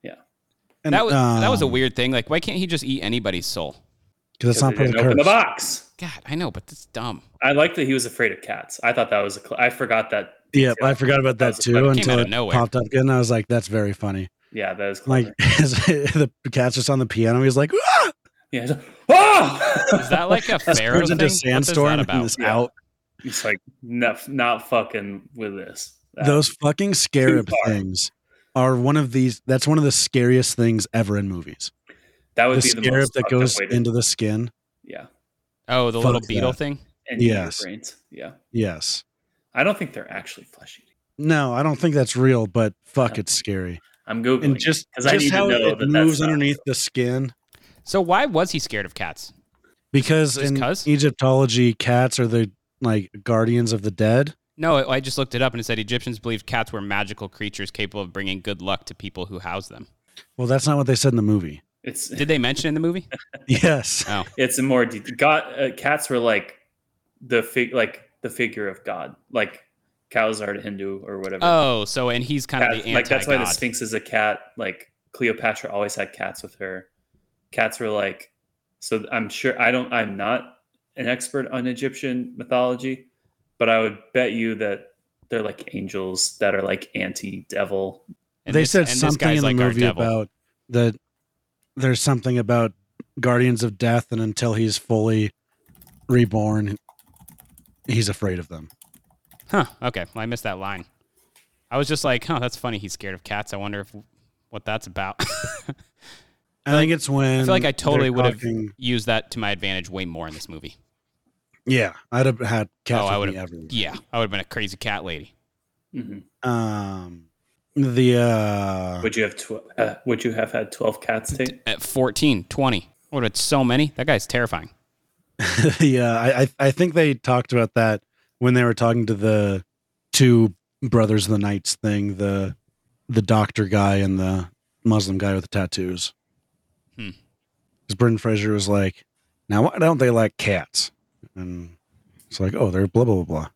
Speaker 8: Yeah.
Speaker 9: And,
Speaker 7: that was that was a
Speaker 9: um,
Speaker 7: weird thing. Like, why can't he just eat anybody's soul?
Speaker 9: 'Cause it's not part of
Speaker 8: didn't
Speaker 9: the
Speaker 8: open the
Speaker 9: curse.
Speaker 8: box.
Speaker 7: God, I know, but that's dumb.
Speaker 8: I like that he was afraid of cats. I thought that was a. Cl- I forgot that.
Speaker 9: Yeah, I forgot about that too
Speaker 8: came
Speaker 9: until
Speaker 8: out of
Speaker 9: it
Speaker 8: nowhere.
Speaker 9: popped up again. I was like, "That's very funny."
Speaker 8: Yeah, that is
Speaker 9: Like
Speaker 8: clever.
Speaker 9: the cat's just on the piano. He's like, "Ah!"
Speaker 8: yeah. it's like, "Ah!"
Speaker 7: Is that like a
Speaker 9: Just
Speaker 7: pharaoh
Speaker 9: turns
Speaker 7: thing?
Speaker 9: into
Speaker 7: What's that
Speaker 9: sandstorm and
Speaker 7: about?
Speaker 9: is out.
Speaker 8: It's like not not fucking with this. That-
Speaker 9: Those fucking scarab things are one of these. That's one of the scariest things ever in movies.
Speaker 8: that would
Speaker 9: the
Speaker 8: be the
Speaker 9: scarab
Speaker 8: most
Speaker 9: that
Speaker 8: fucked up
Speaker 9: goes
Speaker 8: way to-
Speaker 9: into the skin.
Speaker 8: yeah
Speaker 7: Oh, the
Speaker 9: Fuck
Speaker 7: little
Speaker 9: that.
Speaker 7: beetle thing.
Speaker 8: and eat your
Speaker 9: Yes.
Speaker 8: brains. Yeah,
Speaker 9: Yes.
Speaker 8: I don't think they're actually flesh eating.
Speaker 9: No, I don't think that's real, but fuck, it's scary.
Speaker 8: I'm googling
Speaker 9: And just,
Speaker 8: because
Speaker 9: just
Speaker 8: I need
Speaker 9: how
Speaker 8: to know
Speaker 9: it
Speaker 8: that
Speaker 9: moves
Speaker 8: that's not-
Speaker 9: underneath the skin.
Speaker 7: So why was he scared of cats?
Speaker 9: Because
Speaker 7: Just
Speaker 9: in
Speaker 7: 'cause?
Speaker 9: Egyptology, cats are the like guardians of the dead.
Speaker 7: No, I I just looked it up and it said Egyptians believed cats were magical creatures capable of bringing good luck to people who house them.
Speaker 9: Well, that's not what they said in the movie.
Speaker 8: It's
Speaker 7: Did they mention in the movie?
Speaker 9: Yes.
Speaker 7: Oh,
Speaker 8: it's a more de- God. Uh, cats were like the fig like the figure of God. Like cows are to Hindu or whatever.
Speaker 7: Oh, so and he's kind of
Speaker 8: Cat-
Speaker 7: the
Speaker 8: like that's why the
Speaker 7: anti-god.
Speaker 8: Sphinx is a cat. Like Cleopatra always had cats with her. Cats were like so. I'm sure I don't. I'm not an expert on Egyptian mythology, but I would bet you that they're like angels that are like anti-devil.
Speaker 9: they said something in the movie about that. There's something about Guardians of Death, and until he's fully reborn, he's afraid of them.
Speaker 7: Huh. Okay. Well, I missed that line. I was just like, huh, that's funny. He's scared of cats. I wonder if what that's about.
Speaker 9: I think it's when
Speaker 7: I feel like I totally
Speaker 9: they're
Speaker 7: would have
Speaker 9: talking-
Speaker 7: used that to my advantage way more in this movie.
Speaker 9: Yeah, I'd have had cats
Speaker 7: oh, I
Speaker 9: with
Speaker 7: would
Speaker 9: me
Speaker 7: have.
Speaker 9: everywhere.
Speaker 7: Yeah, I would have been a crazy cat lady.
Speaker 9: Um, the uh,
Speaker 8: Would you have tw- uh, Would you have had twelve cats? Take?
Speaker 7: At 14, 20, I would have had so many. That guy's terrifying.
Speaker 9: the uh, I I- I think they talked about that when they were talking to the two brothers of the knights thing the the doctor guy and the Muslim guy with the tattoos.
Speaker 7: Hmm.
Speaker 9: Because Brendan Fraser was like, "Now why don't they like cats?" And it's like, "Oh, they're blah blah blah blah."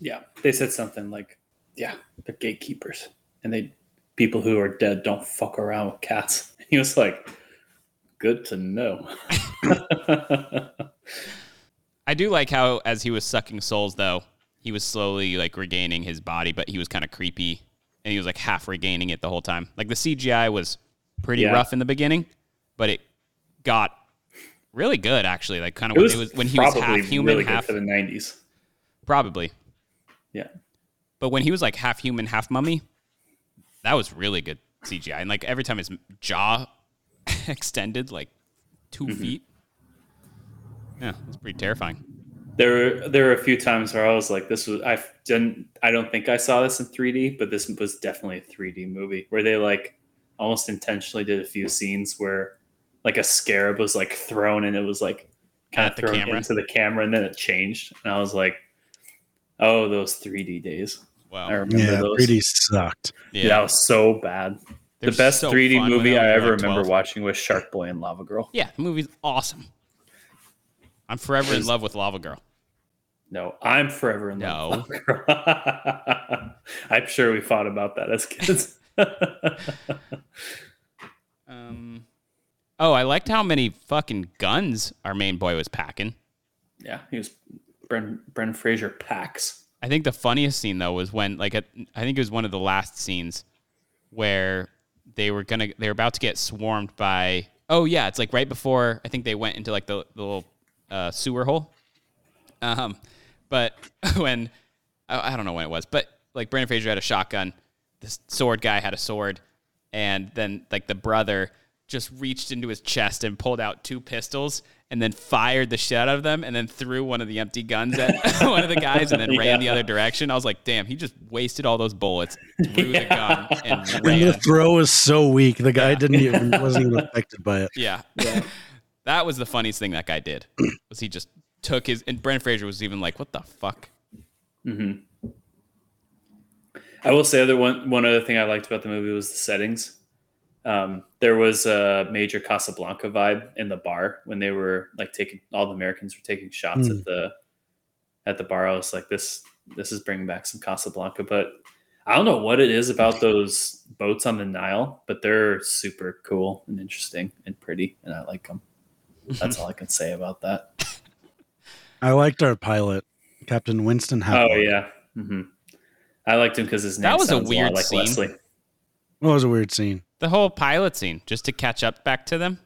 Speaker 8: Yeah, they said something like, "Yeah, they're gatekeepers, and they people who are dead don't fuck around with cats." He was like, "Good to know."
Speaker 7: I do like how, as he was sucking souls, though, he was slowly like regaining his body, but he was kind of creepy, and he was like half regaining it the whole time. Like the CGI was pretty
Speaker 8: Yeah.
Speaker 7: rough in the beginning, but it got really good actually. Like kind of
Speaker 8: It
Speaker 7: when,
Speaker 8: was
Speaker 7: it was, when he was
Speaker 8: probably
Speaker 7: half human,
Speaker 8: really good
Speaker 7: half
Speaker 8: for the '90s.
Speaker 7: Probably.
Speaker 8: Yeah.
Speaker 7: But when he was like half human, half mummy, that was really good CGI. And like every time his jaw extended like 2
Speaker 8: Mm-hmm.
Speaker 7: feet, yeah, it's pretty terrifying.
Speaker 8: There, were, there were a few times where I was like, "This was I f- didn't. I don't think I saw this in 3D, but this was definitely a 3D movie where they like almost intentionally did a few scenes where like a scarab was like thrown and it was like kind
Speaker 7: At
Speaker 8: of
Speaker 7: the
Speaker 8: thrown
Speaker 7: camera.
Speaker 8: into the camera and then it changed, and I was like, "Oh, those 3D days!
Speaker 7: Wow,
Speaker 8: I remember
Speaker 9: Yeah,
Speaker 8: those.
Speaker 9: 3D sucked.
Speaker 8: Yeah. that was so bad.
Speaker 7: They're
Speaker 8: the best
Speaker 7: so
Speaker 8: 3D
Speaker 7: fun when
Speaker 8: movie
Speaker 7: I was
Speaker 8: I ever
Speaker 7: like
Speaker 8: remember
Speaker 7: 12.
Speaker 8: watching was Shark Boy and Lava Girl.
Speaker 7: Yeah, the movie's awesome. I'm forever in love with Lava Girl.
Speaker 8: No, I'm forever in love. with Lava Girl. I'm sure we fought about that as kids.
Speaker 7: Um, oh, I liked how many fucking guns our main boy was packing.
Speaker 8: yeah, he was Bren Bren Fraser packs.
Speaker 7: I think the funniest scene though was when like at, I think it was one of the last scenes where they were gonna they were about to get swarmed by oh yeah it's like right before I think they went into like the, the little uh, sewer hole, um, but when I, I don't know when it was but like Brandon Fraser had a shotgun, this sword guy had a sword, and then like the brother just reached into his chest and pulled out two pistols and then fired the shit out of them and then threw one of the empty guns at one of the guys and then ran the
Speaker 8: Yeah.
Speaker 7: other direction. I was like, damn, he just wasted all those bullets, threw the gun and
Speaker 9: And the
Speaker 7: ran.
Speaker 9: throw was so weak, the guy didn't even wasn't even affected by it.
Speaker 7: Yeah. that was the funniest thing that guy did. Was he just took his and Brent Fraser was even like, What the fuck?
Speaker 8: hmm I will say other one one other thing I liked about the movie was the settings. Um, there was a major Casablanca vibe in the bar when they were like taking all the Americans were taking shots
Speaker 12: Hmm.
Speaker 8: at the at the bar. I was like, this this is bringing back some Casablanca, but I don't know what it is about those boats on the Nile, but they're super cool and interesting and pretty, and I like them. That's all I can say about that.
Speaker 9: I liked our pilot, Captain Winston Howard.
Speaker 8: Oh yeah, hmm I liked him because his name
Speaker 7: That was a
Speaker 8: sounds lot
Speaker 7: weird
Speaker 8: like
Speaker 7: scene.
Speaker 8: Leslie.
Speaker 9: That was a weird scene.
Speaker 7: The whole pilot scene, just to catch up back to them.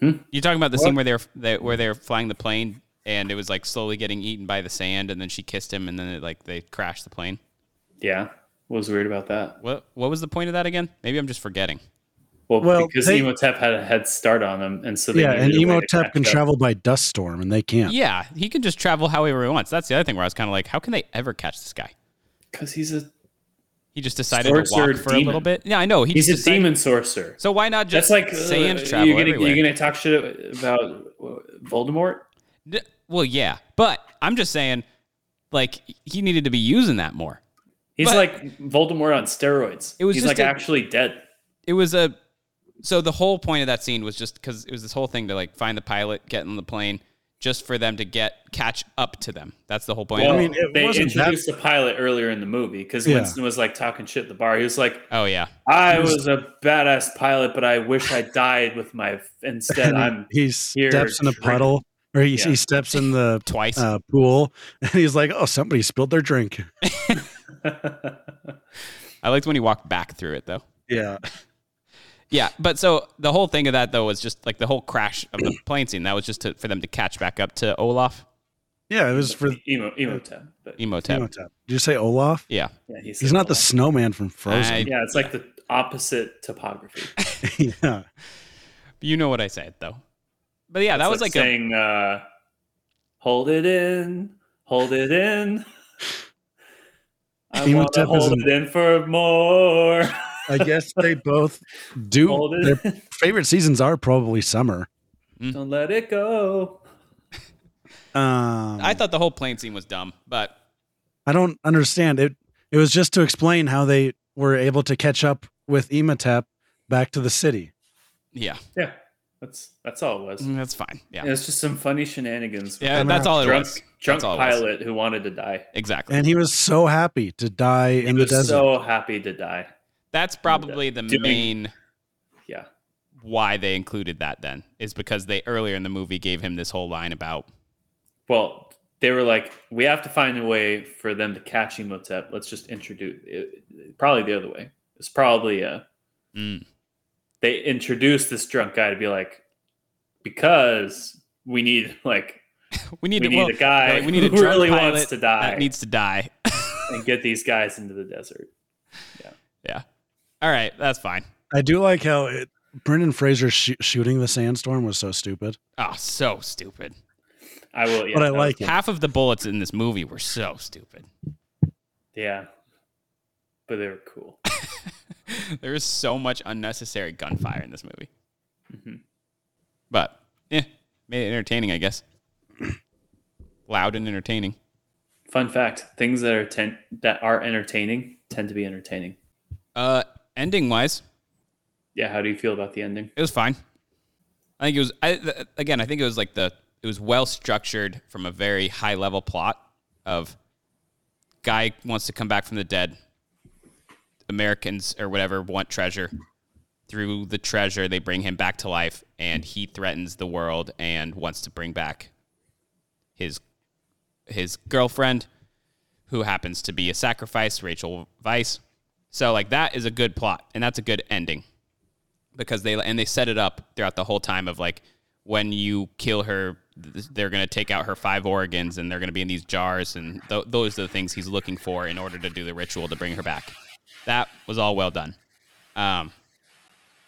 Speaker 8: Hmm?
Speaker 7: You're talking about the scene where they're they, where they're flying the plane and it was like slowly getting eaten by the sand, and then she kissed him, and then it, like they crashed the plane.
Speaker 8: Yeah, what was weird about that?
Speaker 7: What what was the point of that again? Maybe I'm just forgetting.
Speaker 8: Well,
Speaker 9: Well,
Speaker 8: because
Speaker 9: they-
Speaker 8: Emotep had a head start on him, and so they
Speaker 9: yeah, and
Speaker 8: needed a way to
Speaker 9: Emotep
Speaker 8: catch
Speaker 9: can
Speaker 8: up.
Speaker 9: travel by dust storm, and they can't.
Speaker 7: Yeah, he can just travel however he wants. That's the other thing where I was kind of like, how can they ever catch this guy?
Speaker 8: because he's a
Speaker 7: He just decided to
Speaker 8: Sorcerer
Speaker 7: walk for a little
Speaker 8: demon.
Speaker 7: bit. Yeah, I know. He
Speaker 8: he's
Speaker 7: just
Speaker 8: a
Speaker 7: decided-
Speaker 8: demon sorcerer.
Speaker 7: So why not just
Speaker 8: That's like
Speaker 7: sand
Speaker 8: uh,
Speaker 7: travel
Speaker 8: You're gonna,
Speaker 7: everywhere?
Speaker 8: you're gonna talk shit about uh, Voldemort.
Speaker 7: N- Well, yeah, but I'm just saying, like he needed to be using that more.
Speaker 8: He's
Speaker 7: But-
Speaker 8: like Voldemort on steroids.
Speaker 7: It was
Speaker 8: he's
Speaker 7: just
Speaker 8: like
Speaker 7: a-
Speaker 8: actually dead.
Speaker 7: it was a so the whole point of that scene was just because it was this whole thing to like find the pilot, get on the plane, just for them to get catch up to them. That's the whole point.
Speaker 8: Well,
Speaker 7: of it.
Speaker 8: they introduced the pilot earlier in the movie because
Speaker 7: Yeah.
Speaker 8: Winston was like talking shit at the bar. He was like,
Speaker 7: "Oh yeah,
Speaker 8: I was a badass pilot, but I wish I died with my. Instead,
Speaker 9: And he-
Speaker 8: I'm
Speaker 9: he
Speaker 8: here
Speaker 9: steps in a
Speaker 8: drinking."
Speaker 9: puddle or he, he steps in the
Speaker 7: twice
Speaker 9: uh, pool and he's like, oh, somebody spilled their drink.
Speaker 7: I liked when he walked back through it though.
Speaker 9: Yeah.
Speaker 7: Yeah, but so the whole thing of that though was just like the whole crash of the plane scene. That was just to, for them to catch back up to Olaf
Speaker 9: Yeah, it was for.
Speaker 8: Emo, Emotep. But
Speaker 7: Emotep.
Speaker 9: Emotep. Did you say Olaf?
Speaker 7: Yeah.
Speaker 8: Yeah, he
Speaker 9: he's
Speaker 8: said
Speaker 9: not the snowman from Frozen.
Speaker 8: yeah, it's like the opposite topography.
Speaker 9: yeah.
Speaker 7: You know what I said though. But yeah, that
Speaker 8: It's
Speaker 7: was like, a
Speaker 8: saying, uh, "Hold it in, hold it in." I want to
Speaker 9: Emotep is
Speaker 8: hold
Speaker 9: an-
Speaker 8: it in for more.
Speaker 9: I guess they both do.
Speaker 8: Hold it.
Speaker 9: Their favorite seasons are probably summer.
Speaker 8: Don't let it go.
Speaker 9: Um,
Speaker 7: I thought the whole plane scene was dumb, but
Speaker 9: I don't understand it. It was just to explain how they were able to catch up with Imhotep back to the city.
Speaker 7: yeah,
Speaker 8: Yeah, that's Mm, that's all it was.
Speaker 7: that's fine. Yeah,
Speaker 8: it's just some funny shenanigans. with
Speaker 7: Mm. Yeah,
Speaker 8: a
Speaker 7: that's all it
Speaker 8: drunk,
Speaker 7: was.
Speaker 8: Drunk
Speaker 7: That's all it was.
Speaker 8: pilot who wanted to die.
Speaker 7: Exactly.
Speaker 9: And he was so happy to die in
Speaker 8: He
Speaker 9: the
Speaker 8: was
Speaker 9: desert.
Speaker 8: so happy to die.
Speaker 7: that's probably the
Speaker 8: Doing-
Speaker 7: main
Speaker 8: yeah
Speaker 7: why they included that then is because they earlier in the movie gave him this whole line about
Speaker 8: Well, they were like, we have to find a way for them to catch Emotep. Let's just introduce. It, probably the other way. It's probably uh
Speaker 9: Mm.
Speaker 8: They introduced this drunk guy to be like, because we need like
Speaker 7: we need,
Speaker 8: we need
Speaker 7: well,
Speaker 8: a guy
Speaker 7: we need a
Speaker 8: who
Speaker 7: drunk
Speaker 8: really
Speaker 7: pilot
Speaker 8: wants to die
Speaker 7: that needs to die.
Speaker 8: and get these guys into the desert.
Speaker 7: yeah. All right, that's fine.
Speaker 9: I do like how it, Brendan Fraser sh- shooting the sandstorm was so stupid.
Speaker 7: Oh, so stupid.
Speaker 8: I will.
Speaker 9: But I like it.
Speaker 7: half of the bullets in this movie were so stupid.
Speaker 8: Yeah, but they were cool.
Speaker 7: There is so much unnecessary gunfire in this movie, but eh, made it entertaining, I guess. Loud and entertaining.
Speaker 8: Fun fact: things that are ten- that are entertaining tend to be entertaining.
Speaker 7: Uh, ending wise,
Speaker 8: yeah. How do you feel about the ending?
Speaker 7: It was fine. I think it was. I, th- again, I think it was like the. It was well structured from a very high level plot of guy wants to come back from the dead. Americans or whatever want treasure. Through the treasure, they bring him back to life, and he threatens the world and wants to bring back his his girlfriend, who happens to be a sacrifice, Rachel Vice. So like that is a good plot, and that's a good ending because they and they set it up throughout the whole time of like when you kill her th- they're going to take out her five organs and they're going to be in these jars and th- those are the things he's looking for in order to do the ritual to bring her back that was all well done um,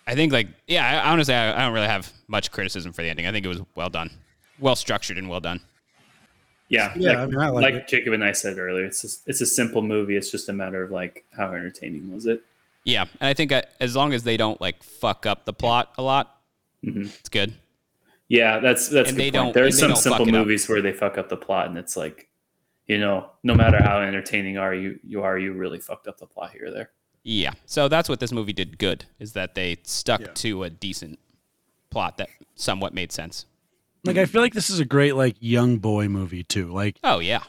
Speaker 7: i think like yeah I, honestly I, I don't really have much criticism for the ending i think it was well done well structured and well done
Speaker 8: Yeah,
Speaker 7: Yeah,
Speaker 8: like,
Speaker 7: I mean, I like
Speaker 8: like, Jacob and I said earlier, it's just, it's a simple movie. It's just a matter of like how entertaining was it.
Speaker 7: yeah and i think uh as long as they don't like fuck up the plot a lot it's good
Speaker 8: Yeah, that's that's.
Speaker 7: And
Speaker 8: a good
Speaker 7: they
Speaker 8: point.
Speaker 7: don't-
Speaker 8: there are
Speaker 7: and they
Speaker 8: some
Speaker 7: don't
Speaker 8: simple
Speaker 7: fuck it up.
Speaker 8: movies where they fuck up the plot, and it's like, you know, no matter how entertaining are you you are, you really fucked up the plot here or there.
Speaker 7: Yeah. So that's what this movie did good is that they stuck to a decent plot that somewhat made sense.
Speaker 9: Like I feel like this is a great like young boy movie too. Like
Speaker 7: Oh yeah.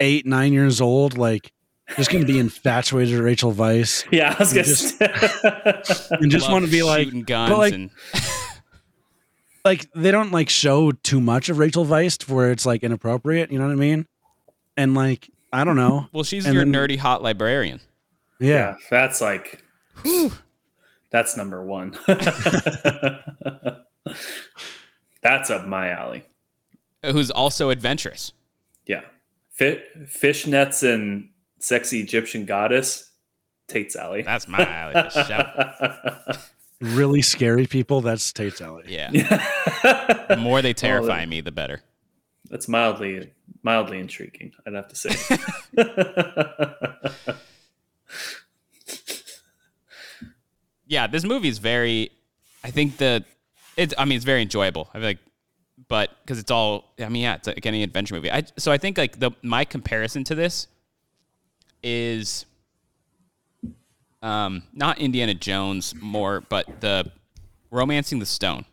Speaker 9: eight, nine years old, like just gonna be infatuated with Rachel Vice.
Speaker 8: Yeah, I was gonna.
Speaker 9: just-
Speaker 8: and
Speaker 9: just want to be like,
Speaker 7: shooting
Speaker 9: but,
Speaker 7: guns
Speaker 9: like,
Speaker 7: and
Speaker 9: like they don't like show too much of Rachel Vice to where it's like inappropriate. You know what I mean? And like I don't know.
Speaker 7: well, she's
Speaker 9: And
Speaker 7: your
Speaker 9: then-
Speaker 7: nerdy hot librarian.
Speaker 9: Yeah.
Speaker 8: that's like, that's number one. that's up my alley.
Speaker 7: Who's also adventurous.
Speaker 8: Yeah. Fit fishnets and sexy Egyptian goddess. Tate's alley.
Speaker 7: That's my alley for
Speaker 9: Really scary people. That's Tate's alley.
Speaker 7: Yeah. the more they terrify me, the better.
Speaker 8: That's mildly mildly intriguing, I'd have to say.
Speaker 7: Yeah, this movie is very I think the it's I mean it's very enjoyable. I feel like but because it's all I mean, yeah, it's like any adventure movie. I so I think like the my comparison to this is um not Indiana Jones more, but the Romancing the Stone.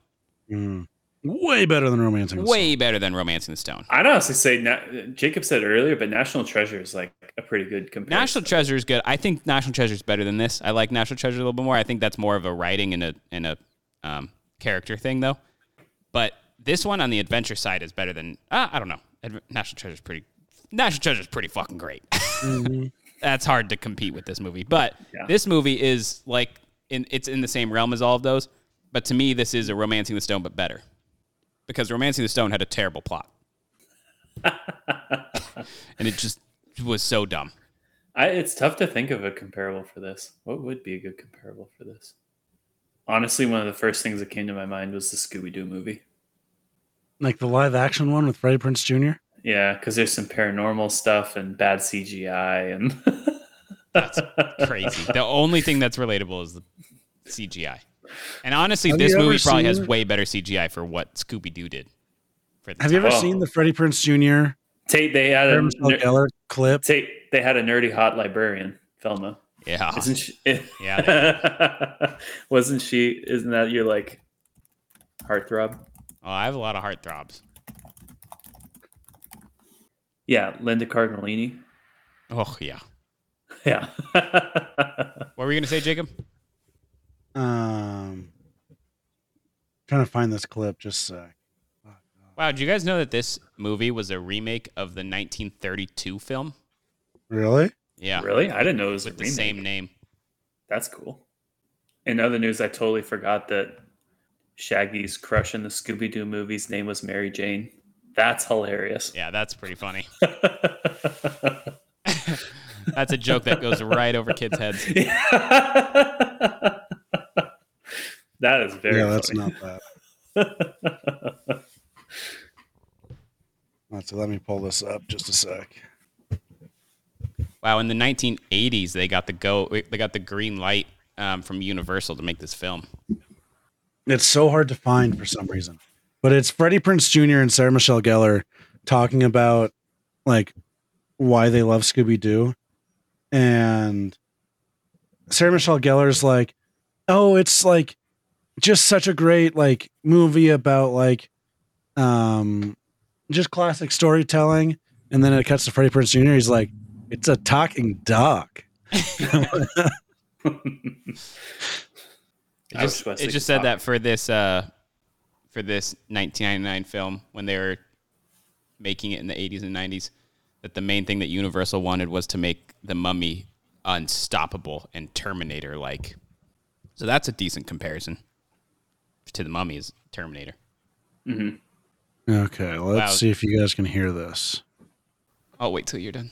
Speaker 9: Way better than Romancing the
Speaker 7: Way better than Romancing the Stone.
Speaker 8: I'd honestly say na- Jacob said earlier, but National Treasure is like a pretty good comparison.
Speaker 7: National Treasure is good. I think National Treasure is better than this. I like National Treasure a little bit more. I think that's more of a writing and a and a um, character thing though. But this one on the adventure side is better than uh, I don't know. Adv- National Treasure is pretty. National Treasure is pretty fucking great. that's hard to compete with this movie. But this movie is like in it's in the same realm as all of those. But to me, this is a Romancing the Stone, but better because Romancing the Stone had a terrible plot, and it just was so dumb.
Speaker 8: I, it's tough to think of a comparable for this. What would be a good comparable for this? Honestly, one of the first things that came to my mind was the Scooby Doo movie.
Speaker 9: Like the live action one with Freddie Prince Jr.
Speaker 8: Yeah, because there's some paranormal stuff and bad CGI and
Speaker 7: Crazy. the only thing that's relatable is the CGI. And honestly,
Speaker 9: Have
Speaker 7: this
Speaker 9: you ever
Speaker 7: movie probably has
Speaker 9: seen-
Speaker 7: way better CGI for what Scooby Doo did. For the
Speaker 9: Have you ever
Speaker 8: Oh.
Speaker 7: time.
Speaker 9: seen the Freddie Prince Jr.
Speaker 8: Tate, they had a
Speaker 9: Sarah Michelle Gellar clip.
Speaker 8: Tate, they had a nerdy hot librarian, Velma.
Speaker 7: Yeah,
Speaker 8: isn't she?
Speaker 7: Yeah,
Speaker 8: wasn't she? Isn't that your like heartthrob?
Speaker 7: Oh, I have a lot of heartthrobs.
Speaker 8: Yeah, Linda Cardinalini.
Speaker 7: Oh yeah,
Speaker 8: yeah.
Speaker 7: what were you gonna say, Jacob?
Speaker 9: Um, trying to find this clip. Just uh,
Speaker 7: Wow, do you guys know that this movie was a remake of the 1932 film?
Speaker 9: really?
Speaker 7: Yeah,
Speaker 8: Really? I didn't know it was a
Speaker 7: with the
Speaker 8: remake.
Speaker 7: same name.
Speaker 8: That's cool. In other news, I totally forgot that Shaggy's crush in the Scooby Doo movie's name was Mary Jane. That's hilarious.
Speaker 7: Yeah, that's pretty funny. That's a joke that goes right over kids' heads.
Speaker 8: That is very.
Speaker 9: yeah, that's
Speaker 8: funny.
Speaker 9: not bad. All right, so let me pull this up just a sec.
Speaker 7: Wow, in the 1980s, they got the go, they got the green light um, from Universal to make this film.
Speaker 9: It's so hard to find for some reason, but it's Freddie Prince Jr. and Sarah Michelle Gellar talking about like why they love Scooby Doo, and Sarah Michelle Gellar's like, "Oh, it's like just such a great like movie about like um just classic storytelling." And then it cuts to Freddie Prince Jr. He's like, "It's a talking dog."
Speaker 7: It
Speaker 8: I was
Speaker 7: just,
Speaker 8: about to
Speaker 7: it
Speaker 8: say
Speaker 7: just said
Speaker 8: fuck.
Speaker 7: that for this uh, for this 1999 film when they were making it in the 80s and 90s that the main thing that Universal wanted was to make the Mummy unstoppable and Terminator like. So that's a decent comparison to the Mummy is Terminator.
Speaker 9: Okay, let's
Speaker 7: Wow.
Speaker 9: see if you guys can hear this.
Speaker 7: Oh wait till you're done.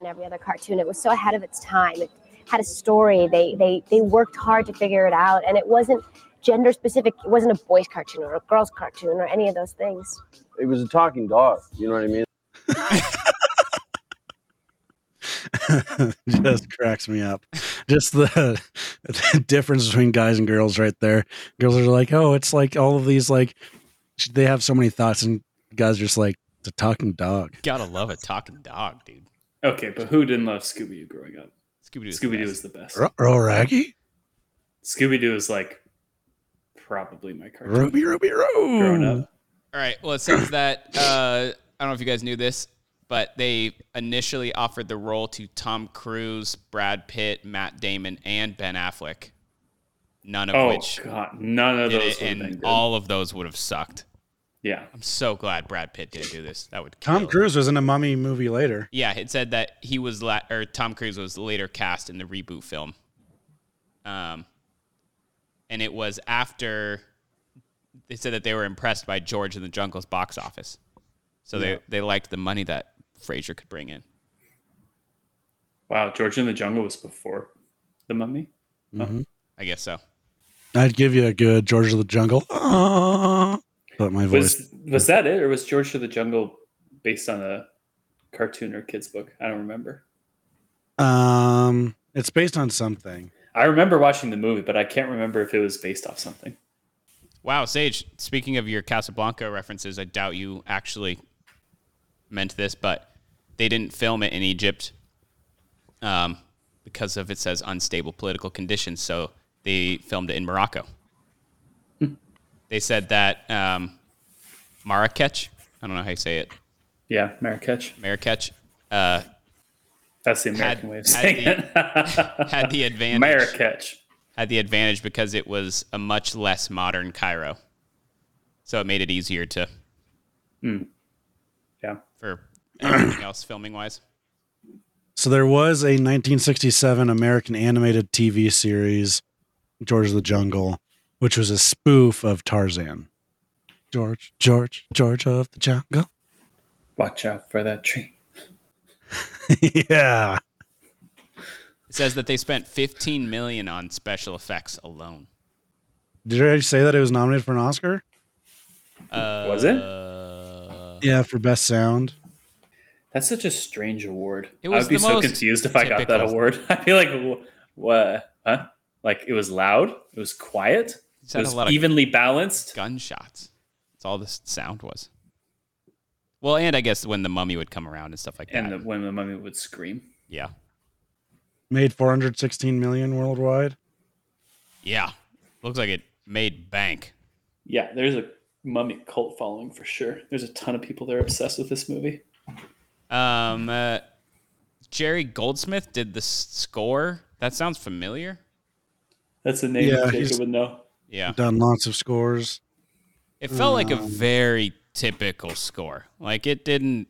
Speaker 12: and every other cartoon. It was so ahead of its time. It had a story. They they they worked hard to figure it out, and it wasn't gender specific. It wasn't a boys' cartoon or a girls' cartoon or any of those things.
Speaker 13: It was a talking dog. You know what I mean?
Speaker 9: just cracks me up. Just the, the difference between guys and girls right there. Girls are like, oh, it's like all of these like sh- they have so many thoughts, and guys are just like it's a talking dog.
Speaker 7: Gotta love a talking dog, dude.
Speaker 8: Okay, but who didn't love Scooby Doo growing up?
Speaker 7: Scooby
Speaker 8: Scooby Doo is the best.
Speaker 9: Ro- Earl Raggy,
Speaker 8: Scooby Doo is like probably my cartoon.
Speaker 9: Ruby, Ruby, Roo.
Speaker 8: Growing
Speaker 7: Hmm.
Speaker 8: up.
Speaker 7: All right. Well, it says that uh, I don't know if you guys knew this, but they initially offered the role to Tom Cruise, Brad Pitt, Matt Damon, and Ben Affleck. None of
Speaker 8: Oh
Speaker 7: which,
Speaker 8: god, none of
Speaker 7: did
Speaker 8: those.
Speaker 7: it,
Speaker 8: would have been
Speaker 7: and
Speaker 8: good.
Speaker 7: all of those would have sucked.
Speaker 8: Yeah,
Speaker 7: I'm so glad Brad Pitt didn't do this. That would
Speaker 9: Tom Cruise was in a mummy movie later.
Speaker 7: Yeah, it said that he was la- or Tom Cruise was later cast in the reboot film. Um, and it was after they said that they were impressed by George and the Jungle's box office, so
Speaker 8: Yeah.
Speaker 7: they they liked the money that Fraser could bring in.
Speaker 8: wow, George in the Jungle was before the Mummy.
Speaker 9: Mhm.
Speaker 7: I guess so.
Speaker 9: I'd give you a good George of the Jungle, Ah, but my voice.
Speaker 8: Was was that it, or was George of the Jungle based on a cartoon or kids book? I don't remember.
Speaker 9: Um, it's based on something.
Speaker 8: I remember watching the movie, but I can't remember if it was based off something.
Speaker 7: Wow, Sage. Speaking of your Casablanca references, I doubt you actually meant this, but they didn't film it in Egypt um, because of it says unstable political conditions. So they filmed it in Morocco. They said that um, Marrakech. I don't know how you say it.
Speaker 8: Yeah, Marrakech.
Speaker 7: Marrakech. Uh,
Speaker 8: That's the
Speaker 7: had,
Speaker 8: American way of
Speaker 7: had
Speaker 8: saying
Speaker 7: the, had the advantage.
Speaker 8: Marrakech
Speaker 7: had the advantage because it was a much less modern Cairo, so it made it easier to
Speaker 8: Mm. Yeah.
Speaker 7: for everything else filming wise.
Speaker 9: So there was a 1967 American animated TV series, George of the Jungle, which was a spoof of Tarzan. George, George, George of the Jungle.
Speaker 8: Watch out for that tree.
Speaker 9: yeah.
Speaker 7: It says that they spent 15 million on special effects alone.
Speaker 9: Did I already say that it was nominated for an Oscar?
Speaker 7: Uh,
Speaker 8: Was it?
Speaker 9: yeah, for best sound.
Speaker 8: That's such a strange award.
Speaker 7: It
Speaker 8: I
Speaker 7: was
Speaker 8: would be
Speaker 7: the
Speaker 8: so
Speaker 7: most
Speaker 8: confused if I got that
Speaker 7: typical.
Speaker 8: award. I'd be like, wh- what? Huh? Like it was loud. It was quiet.
Speaker 7: It's
Speaker 8: It
Speaker 7: had a
Speaker 8: was
Speaker 7: lot of
Speaker 8: evenly balanced.
Speaker 7: Gunshots. That's all this sound was. Well, and I guess when the mummy would come around and stuff like that.
Speaker 8: And the, when the mummy would scream.
Speaker 7: Yeah.
Speaker 9: Made 416 million worldwide.
Speaker 7: Yeah. Looks like it made bank.
Speaker 8: Yeah, there's a mummy cult following for sure. There's a ton of people that are obsessed with this movie.
Speaker 7: Um, uh, Jerry Goldsmith did the s- score. That sounds familiar.
Speaker 8: That's the name
Speaker 9: Yeah,
Speaker 8: that
Speaker 9: he's-
Speaker 8: Jacob would know.
Speaker 7: Yeah.
Speaker 9: Done lots of scores.
Speaker 7: It felt like a
Speaker 9: Um,
Speaker 7: very typical score. Like it didn't.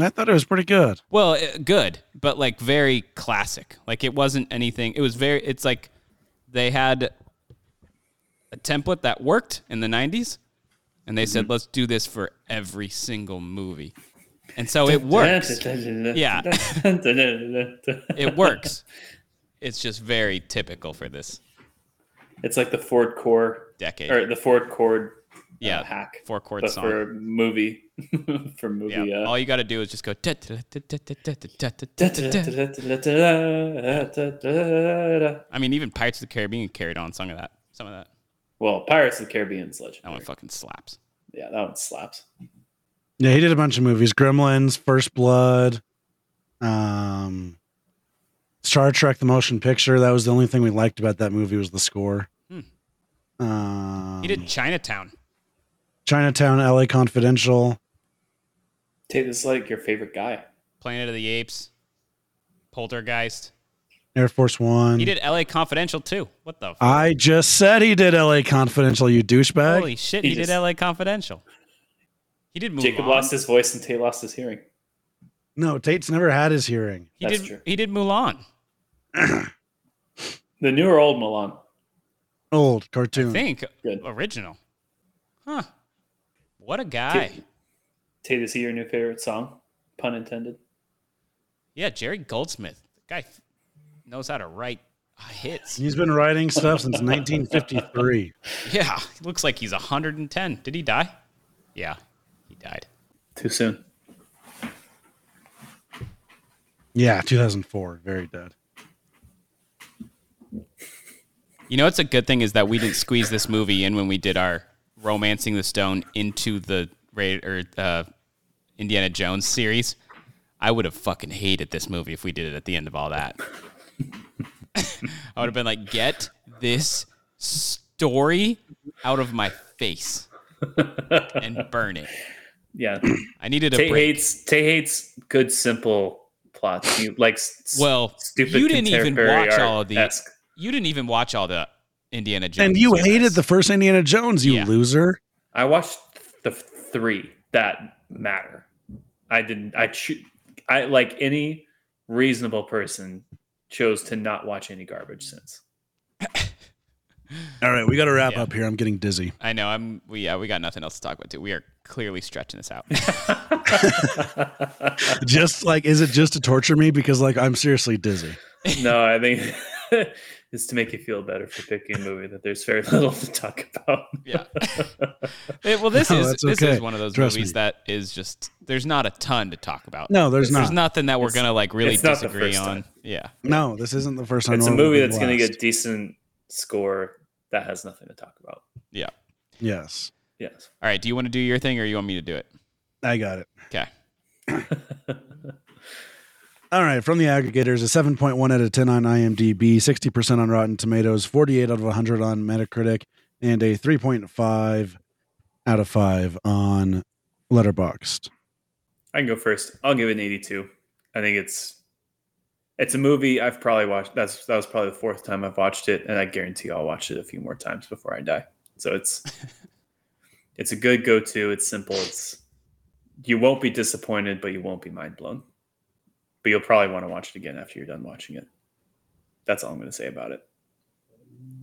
Speaker 9: I thought it was pretty good.
Speaker 7: Well, eh, good, but like very classic. Like it wasn't anything. It was very. It's like they had a template that worked in the '90s, and they
Speaker 8: Mm-hmm.
Speaker 7: said, "Let's do this for every single movie," and so it works. yeah, it
Speaker 8: it
Speaker 7: works. It's just very typical for this
Speaker 8: It's like the Ford Core
Speaker 7: decade.
Speaker 8: or the Ford Chord. uh,
Speaker 7: yeah,
Speaker 8: hack.
Speaker 7: four chord
Speaker 8: but
Speaker 7: song.
Speaker 8: for movie. for movie.
Speaker 7: yeah.
Speaker 8: Uh,
Speaker 7: All you got to do is just go. "Da, da, da, da, da, da, da, da, da, da."
Speaker 8: Well,
Speaker 7: I mean, even Pirates of the Caribbean carried on some of that. Some of that.
Speaker 8: Pirates of the Caribbean's
Speaker 7: That one
Speaker 8: legendary.
Speaker 7: fucking slaps.
Speaker 8: Yeah, that one slaps.
Speaker 9: Yeah, he did a bunch of movies: Gremlins, First Blood, um, Star Trek: The Motion Picture. That was the only thing we liked about that movie was the score.
Speaker 7: Hmm.
Speaker 9: Um,
Speaker 7: He did Chinatown.
Speaker 9: Chinatown, L.A. Confidential.
Speaker 8: Tate, this is like your favorite guy.
Speaker 7: Planet of the Apes, Poltergeist.
Speaker 9: Air Force One.
Speaker 7: He did L.A. Confidential too. What the? F-
Speaker 9: I just said he did L.A. Confidential. You douchebag.
Speaker 7: Holy shit! He,
Speaker 8: He
Speaker 7: did
Speaker 8: just-
Speaker 7: L.A. Confidential. He did Mulan.
Speaker 8: Jacob lost his voice and Tate lost his hearing.
Speaker 9: No, Tate's never had his hearing.
Speaker 7: He
Speaker 8: That's
Speaker 7: did.
Speaker 8: true.
Speaker 7: He did Mulan.
Speaker 8: The new or old Milan?
Speaker 9: Old
Speaker 7: I
Speaker 9: cartoon.
Speaker 7: think
Speaker 8: Good.
Speaker 7: original. Huh. What a guy.
Speaker 8: Tate, Tate, is he your new favorite song? Pun intended.
Speaker 7: Yeah, Jerry Goldsmith. The guy f- knows how to write hits.
Speaker 9: He's been writing stuff since 1953.
Speaker 7: Yeah, he looks like he's 110. Did he die? Yeah, he died.
Speaker 8: Too soon.
Speaker 9: Yeah, 2004. Very dead.
Speaker 7: You know, it's a good thing is that we didn't squeeze this movie in when we did our romancing the stone into the Ra- or uh, Indiana Jones series. I would have fucking hated this movie if we did it at the end of all that. I would have been like, get this story out of my face and burn it.
Speaker 8: Yeah.
Speaker 7: I needed a
Speaker 8: Tate
Speaker 7: break.
Speaker 8: hates Tate hates good simple plots. He likes s-
Speaker 7: Well,
Speaker 8: stupid.
Speaker 7: you didn't even
Speaker 8: contemporary
Speaker 7: watch all of the-
Speaker 8: art-esque.
Speaker 7: You didn't even watch all the Indiana Jones.
Speaker 9: And you
Speaker 7: series.
Speaker 9: hated the first Indiana Jones, you
Speaker 7: Yeah.
Speaker 9: loser.
Speaker 8: I watched the three that matter. I didn't. I cho- I like any reasonable person chose to not watch any garbage since.
Speaker 9: All right, we got to wrap
Speaker 7: Yeah.
Speaker 9: up here. I'm getting dizzy.
Speaker 7: I know. I'm. We yeah. We got nothing else to talk about. Too. We are clearly stretching this out.
Speaker 9: Just like, is it just to torture me? Because like, I'm seriously dizzy.
Speaker 8: no, I think it's to make you feel better for picking a movie that there's very little to talk about.
Speaker 7: yeah. Eh, well, this
Speaker 9: No,
Speaker 7: is
Speaker 9: that's
Speaker 7: this
Speaker 9: okay.
Speaker 7: is one of those
Speaker 9: Trust
Speaker 7: movies
Speaker 9: me.
Speaker 7: that is just there's not a ton to talk about.
Speaker 9: No, there's
Speaker 7: there's
Speaker 9: not.
Speaker 7: nothing that we're
Speaker 8: It's-
Speaker 7: gonna like really
Speaker 8: it's not the
Speaker 7: disagree
Speaker 8: first
Speaker 7: on.
Speaker 8: time.
Speaker 7: Yeah.
Speaker 9: No, this isn't the first time.
Speaker 8: it's a
Speaker 9: nor will it
Speaker 8: movie
Speaker 9: be
Speaker 8: that's going to
Speaker 9: last.
Speaker 8: get decent score that has nothing to talk about.
Speaker 7: Yeah.
Speaker 9: Yes,
Speaker 8: Yes.
Speaker 7: All right. Do you want to do your thing or you want me to do it?
Speaker 9: I got it.
Speaker 7: Okay.
Speaker 9: All right, from the aggregators, a 7.1 out of 10 on IMDb, 60% on Rotten Tomatoes, 48 out of 100 on Metacritic, and a 3.5 out of 5 on Letterboxd.
Speaker 8: I can go first. I'll give it an 82. I think it's it's a movie I've probably watched. That's that was probably the fourth time I've watched it, and I guarantee I'll watch it a few more times before I die. So it's it's a good go to. It's simple. It's you won't be disappointed, but you won't be mind blown. But you'll probably want to watch it again after you're done watching it. That's all I'm going to say about it.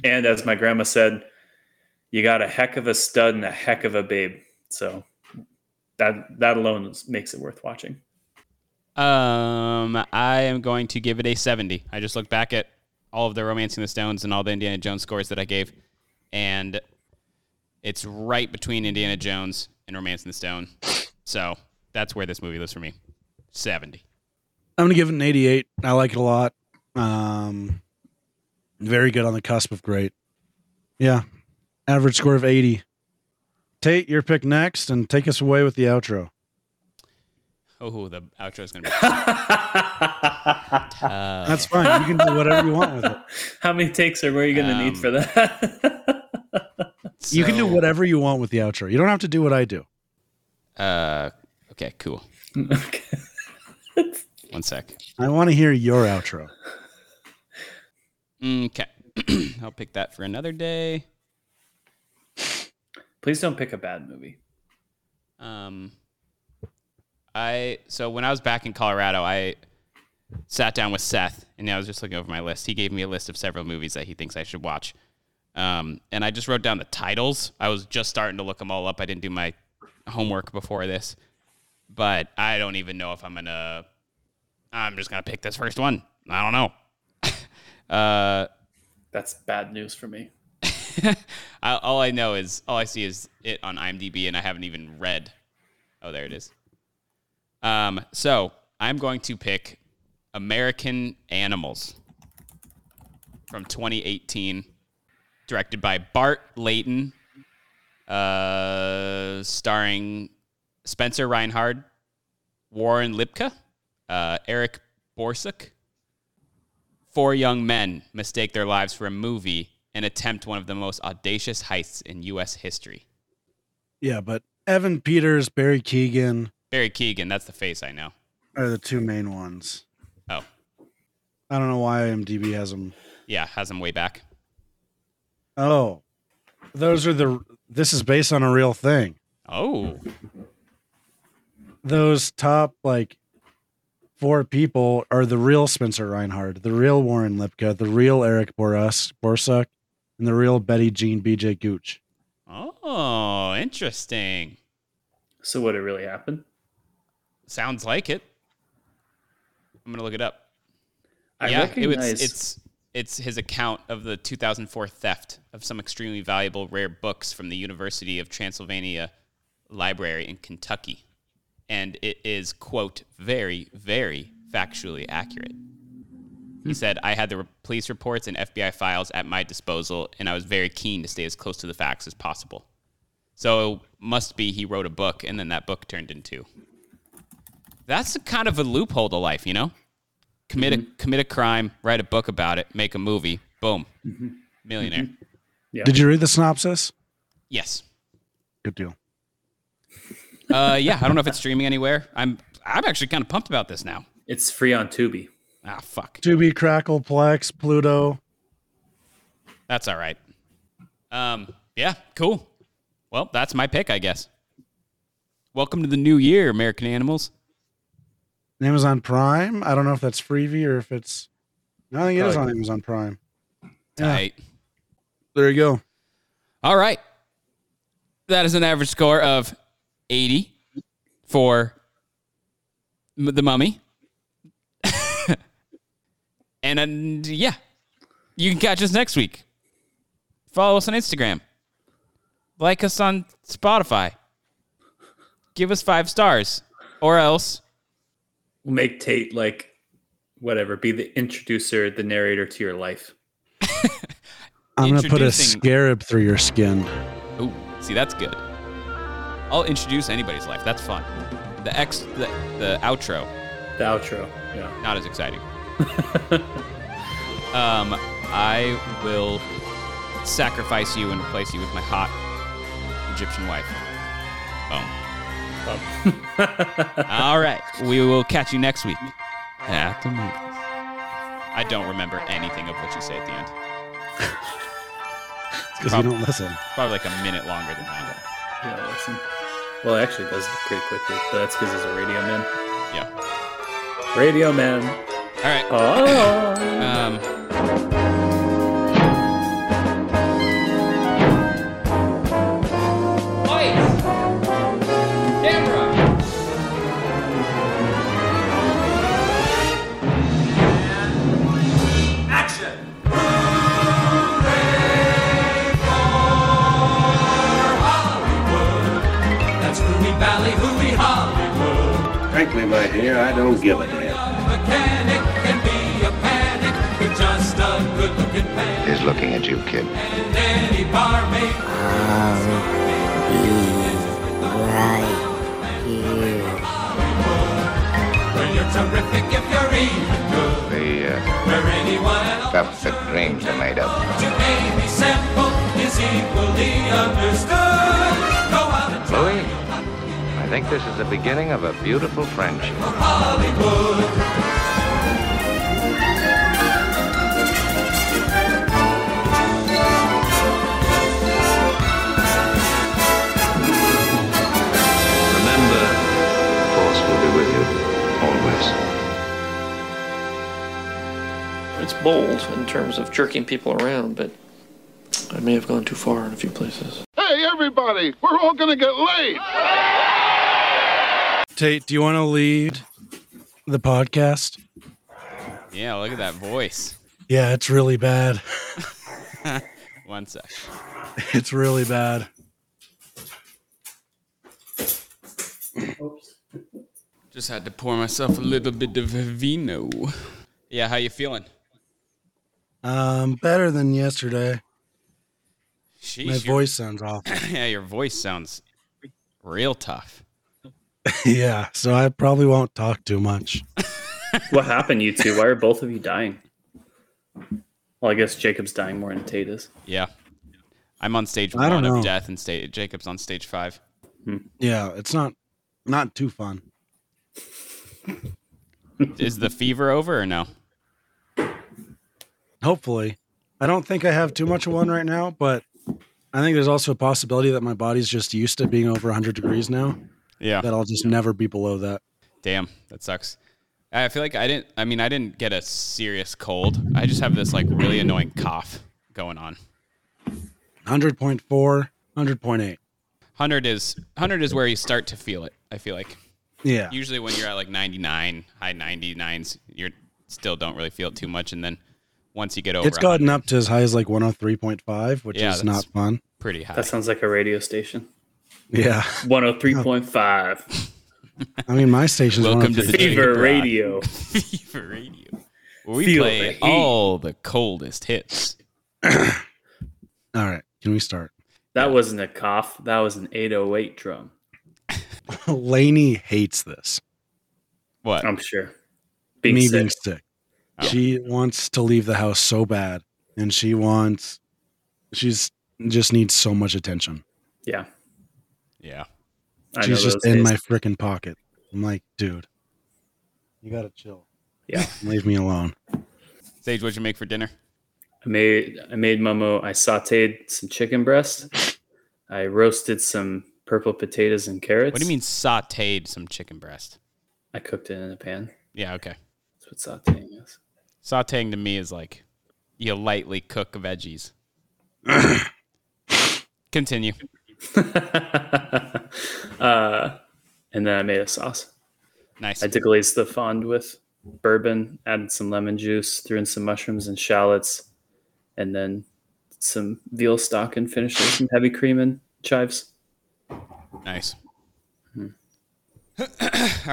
Speaker 8: And as my grandma said, you got a heck of a stud and a heck of a babe. So that that alone is- makes it worth watching.
Speaker 7: Um, I am going to give it a 70. I just looked back at all of the Romancing the Stones and all the Indiana Jones scores that I gave, and it's right between Indiana Jones and Romancing the Stone. So that's where this movie lives for me. 70.
Speaker 9: I'm going to give it an 88. I like it a lot. Um, very good on the cusp of great. Yeah. Average score of 80. Tate, your pick next and take us away with the outro.
Speaker 7: Oh, the outro is going to be.
Speaker 9: That's fine. You can do whatever you want with it.
Speaker 8: How many takes are where you going to need
Speaker 7: Um,
Speaker 8: for that?
Speaker 9: you can do whatever you want with the outro. You don't have to do what I do.
Speaker 7: Uh, okay, cool. One sec.
Speaker 9: I want to hear your outro.
Speaker 7: Okay. I'll pick that for another day.
Speaker 8: Please don't pick a bad movie.
Speaker 7: Um, I so when I was back in Colorado, I sat down with Seth, and I was just looking over my list. He gave me a list of several movies that he thinks I should watch, um, and I just wrote down the titles. I was just starting to look them all up. I didn't do my homework before this, but I don't even know if I'm gonna. I'm just gonna pick this first one. I don't know. uh,
Speaker 8: That's bad news for me.
Speaker 7: I, all I know is all I see is it on IMDb, and I haven't even read. Oh, there it is. Um, so I'm going to pick American Animals from 2018, directed by Bart Layton, uh, starring Spencer Reinhard, Warren Lipka, uh, Eric Borsuk. Four young men mistake their lives for a movie and attempt one of the most audacious heists in U.S. history.
Speaker 9: Yeah, but Evan Peters, Barry Keegan
Speaker 7: Barry Keegan, that's the face I know.
Speaker 9: are the two main ones.
Speaker 7: Oh,
Speaker 9: I don't know why IMDb has them.
Speaker 7: yeah, has him way back.
Speaker 9: Oh, those are the. This is based on a real thing.
Speaker 7: Oh,
Speaker 9: Those top like four people are the real Spencer Reinhard, the real Warren Lipka, the real Eric Boras Borsuck, and the real Betty Jean B.J. Gooch.
Speaker 7: oh, interesting.
Speaker 8: So would it really happen?
Speaker 7: Sounds like it. I'm gonna look it up.
Speaker 8: I
Speaker 7: yeah,
Speaker 8: recognize-
Speaker 7: it's it's it's his account of the 2004 theft of some extremely valuable rare books from the University of Transylvania Library in Kentucky, and it is quote very very factually accurate.
Speaker 8: Hmm.
Speaker 7: He said, I had the re- police reports and FBI files at my disposal, and I was very keen to stay as close to the facts as possible. So, must be he wrote a book, and then that book turned into. That's a kind of a loophole to life, you know? Commit, a, commit a crime, write a book about it, make a movie, boom, millionaire.
Speaker 8: Yeah.
Speaker 9: Did you read the synopsis?
Speaker 7: Yes.
Speaker 9: Good deal.
Speaker 7: Uh, yeah, I don't know if it's streaming anywhere. I'm, I'm actually kind of pumped about this now.
Speaker 8: It's free on Tubi.
Speaker 7: Ah, fuck.
Speaker 9: Tubi, Crackle, Plex, Pluto.
Speaker 7: That's all right. Um, yeah, cool. Well, that's my pick, I guess. Welcome to the new year, American Animals.
Speaker 9: Amazon Prime. I don't know if that's freebie or if it's. No, I think it is on
Speaker 7: Probably.
Speaker 9: Amazon Prime.
Speaker 7: Tight.
Speaker 9: There you go.
Speaker 7: All right. That is an average score of 80 for M- The Mummy. and, and yeah, you can catch us next week. Follow us on Instagram. Like us on Spotify. Give us five stars or else.
Speaker 8: We'll make Tate like whatever, be the introducer, the narrator to your life.
Speaker 9: I'm going to put a
Speaker 7: Introducing-
Speaker 9: scarab through your skin.
Speaker 7: Ooh, see that's good. I'll introduce anybody's life. That's fun. The ex, the, the outro.
Speaker 8: The outro. Yeah.
Speaker 7: Not as exciting. um, I will sacrifice you and replace you with my hot Egyptian wife. Boom. All right. We will catch you next week at the movies. I don't remember anything of what you say at the end.
Speaker 9: because you don't listen.
Speaker 7: Probably like a minute longer than that.
Speaker 8: Yeah, listen. Well, it actually does pretty quickly, but that's because he's a radio man.
Speaker 7: Yeah.
Speaker 8: Radio man.
Speaker 7: All right.
Speaker 8: Oh.
Speaker 7: Um,
Speaker 2: Lights! Camera! Action! That's Ruby Valley, Ruby Hollywood.
Speaker 4: Frankly, my dear, I don't give a damn.
Speaker 2: Mechanic can be a panic with just a good looking man.
Speaker 4: He's looking at you, kid.
Speaker 2: And any barmaid Well, you're terrific if you're even good.
Speaker 14: The
Speaker 2: Where anyone
Speaker 14: uh, cup that dreams are made of.
Speaker 2: to Amy Sample is equally understood. Go out and try
Speaker 14: Louis, I think this is the beginning of a beautiful friendship.
Speaker 2: for Hollywood.
Speaker 14: Remember, force will be with you always.
Speaker 15: It's bold in terms of jerking people around, but I may have gone too far in a few places.
Speaker 3: Hey, everybody, we're all gonna get laid.
Speaker 9: Tate, do you want to lead the podcast?
Speaker 7: yeah, look at that voice.
Speaker 9: Yeah, it's really bad.
Speaker 7: One sec.
Speaker 9: It's really bad.
Speaker 7: Just had to pour myself a little bit of vino. Yeah, how you feeling?
Speaker 9: Um, better than yesterday.
Speaker 7: Sheesh,
Speaker 9: My
Speaker 7: your-
Speaker 9: voice sounds awful.
Speaker 7: yeah, your voice sounds real tough.
Speaker 9: yeah, so I probably won't talk too much.
Speaker 8: What happened, you two? Why are both of you dying? Well, I guess Jacob's dying more than Tate is.
Speaker 7: Yeah. I'm on stage
Speaker 9: I
Speaker 7: one
Speaker 9: don't
Speaker 7: of
Speaker 9: know.
Speaker 7: death, and sta- Jacob's on stage five.
Speaker 9: Yeah, it's not not too fun.
Speaker 7: Is the fever over or no?
Speaker 9: Hopefully, I don't think I have too much of one right now, but I think there's also a possibility that my body's just used to being over 100 degrees now.
Speaker 7: Yeah.
Speaker 9: that I'll just never be below that.
Speaker 7: Damn, that sucks. I feel like I didn't. I mean, I didn't get a serious cold. I just have this like really annoying cough going on.
Speaker 9: 100.4, 100.8.
Speaker 7: Hundred is hundred is where you start to feel it. I feel like.
Speaker 9: Yeah.
Speaker 7: Usually when you're at like 99, high 99s, you're still don't really feel it too much, and then once you get over,
Speaker 9: It's gotten up to as high as like 103.5, which
Speaker 7: Yeah,
Speaker 9: is not
Speaker 7: that's-
Speaker 9: fun.
Speaker 7: pretty high.
Speaker 8: That sounds like a radio station.
Speaker 9: Yeah.
Speaker 8: 103.5.
Speaker 9: I mean, my station's
Speaker 7: Welcome to the
Speaker 9: 103.
Speaker 8: Fever radio.
Speaker 7: Fever radio. we
Speaker 8: Feel the
Speaker 7: play
Speaker 8: heat.
Speaker 7: all the coldest hits.
Speaker 9: All right, can we start?
Speaker 8: That wasn't a cough. That was an 808 drum.
Speaker 9: Lainey hates this.
Speaker 7: What?
Speaker 8: I'm sure. Being
Speaker 9: me
Speaker 8: sick.
Speaker 9: being sick. She wants to leave the house so bad, and she wants, she's just needs so much attention.
Speaker 8: Yeah.
Speaker 7: Yeah.
Speaker 9: she's just in my freaking pocket. I'm like, dude, you gotta chill.
Speaker 8: Yeah.
Speaker 9: leave me alone.
Speaker 7: Sage, what'd you make for dinner?
Speaker 8: I made I made Momo. I sautéed some chicken breast. I roasted some purple potatoes and carrots.
Speaker 7: What do you mean sauteed some chicken breast?
Speaker 8: I cooked it in a pan.
Speaker 7: Yeah, okay.
Speaker 8: That's what sautéing is.
Speaker 7: Sauteing to me is like you lightly cook veggies. Continue.
Speaker 8: uh, and then I made a sauce.
Speaker 7: Nice.
Speaker 8: I did glaze the fond with bourbon, added some lemon juice, threw in some mushrooms and shallots, and then some veal stock and finished with some heavy cream and chives.
Speaker 7: Nice. All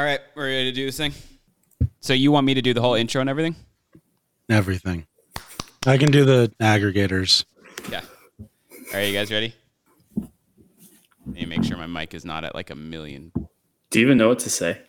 Speaker 7: right, we're ready to do this thing. So you want me to do the whole intro and everything?
Speaker 9: Everything. I can do the aggregators.
Speaker 7: Yeah. All right, you guys ready? Let me make sure my mic is not at like a million.
Speaker 8: Do you even know what to say?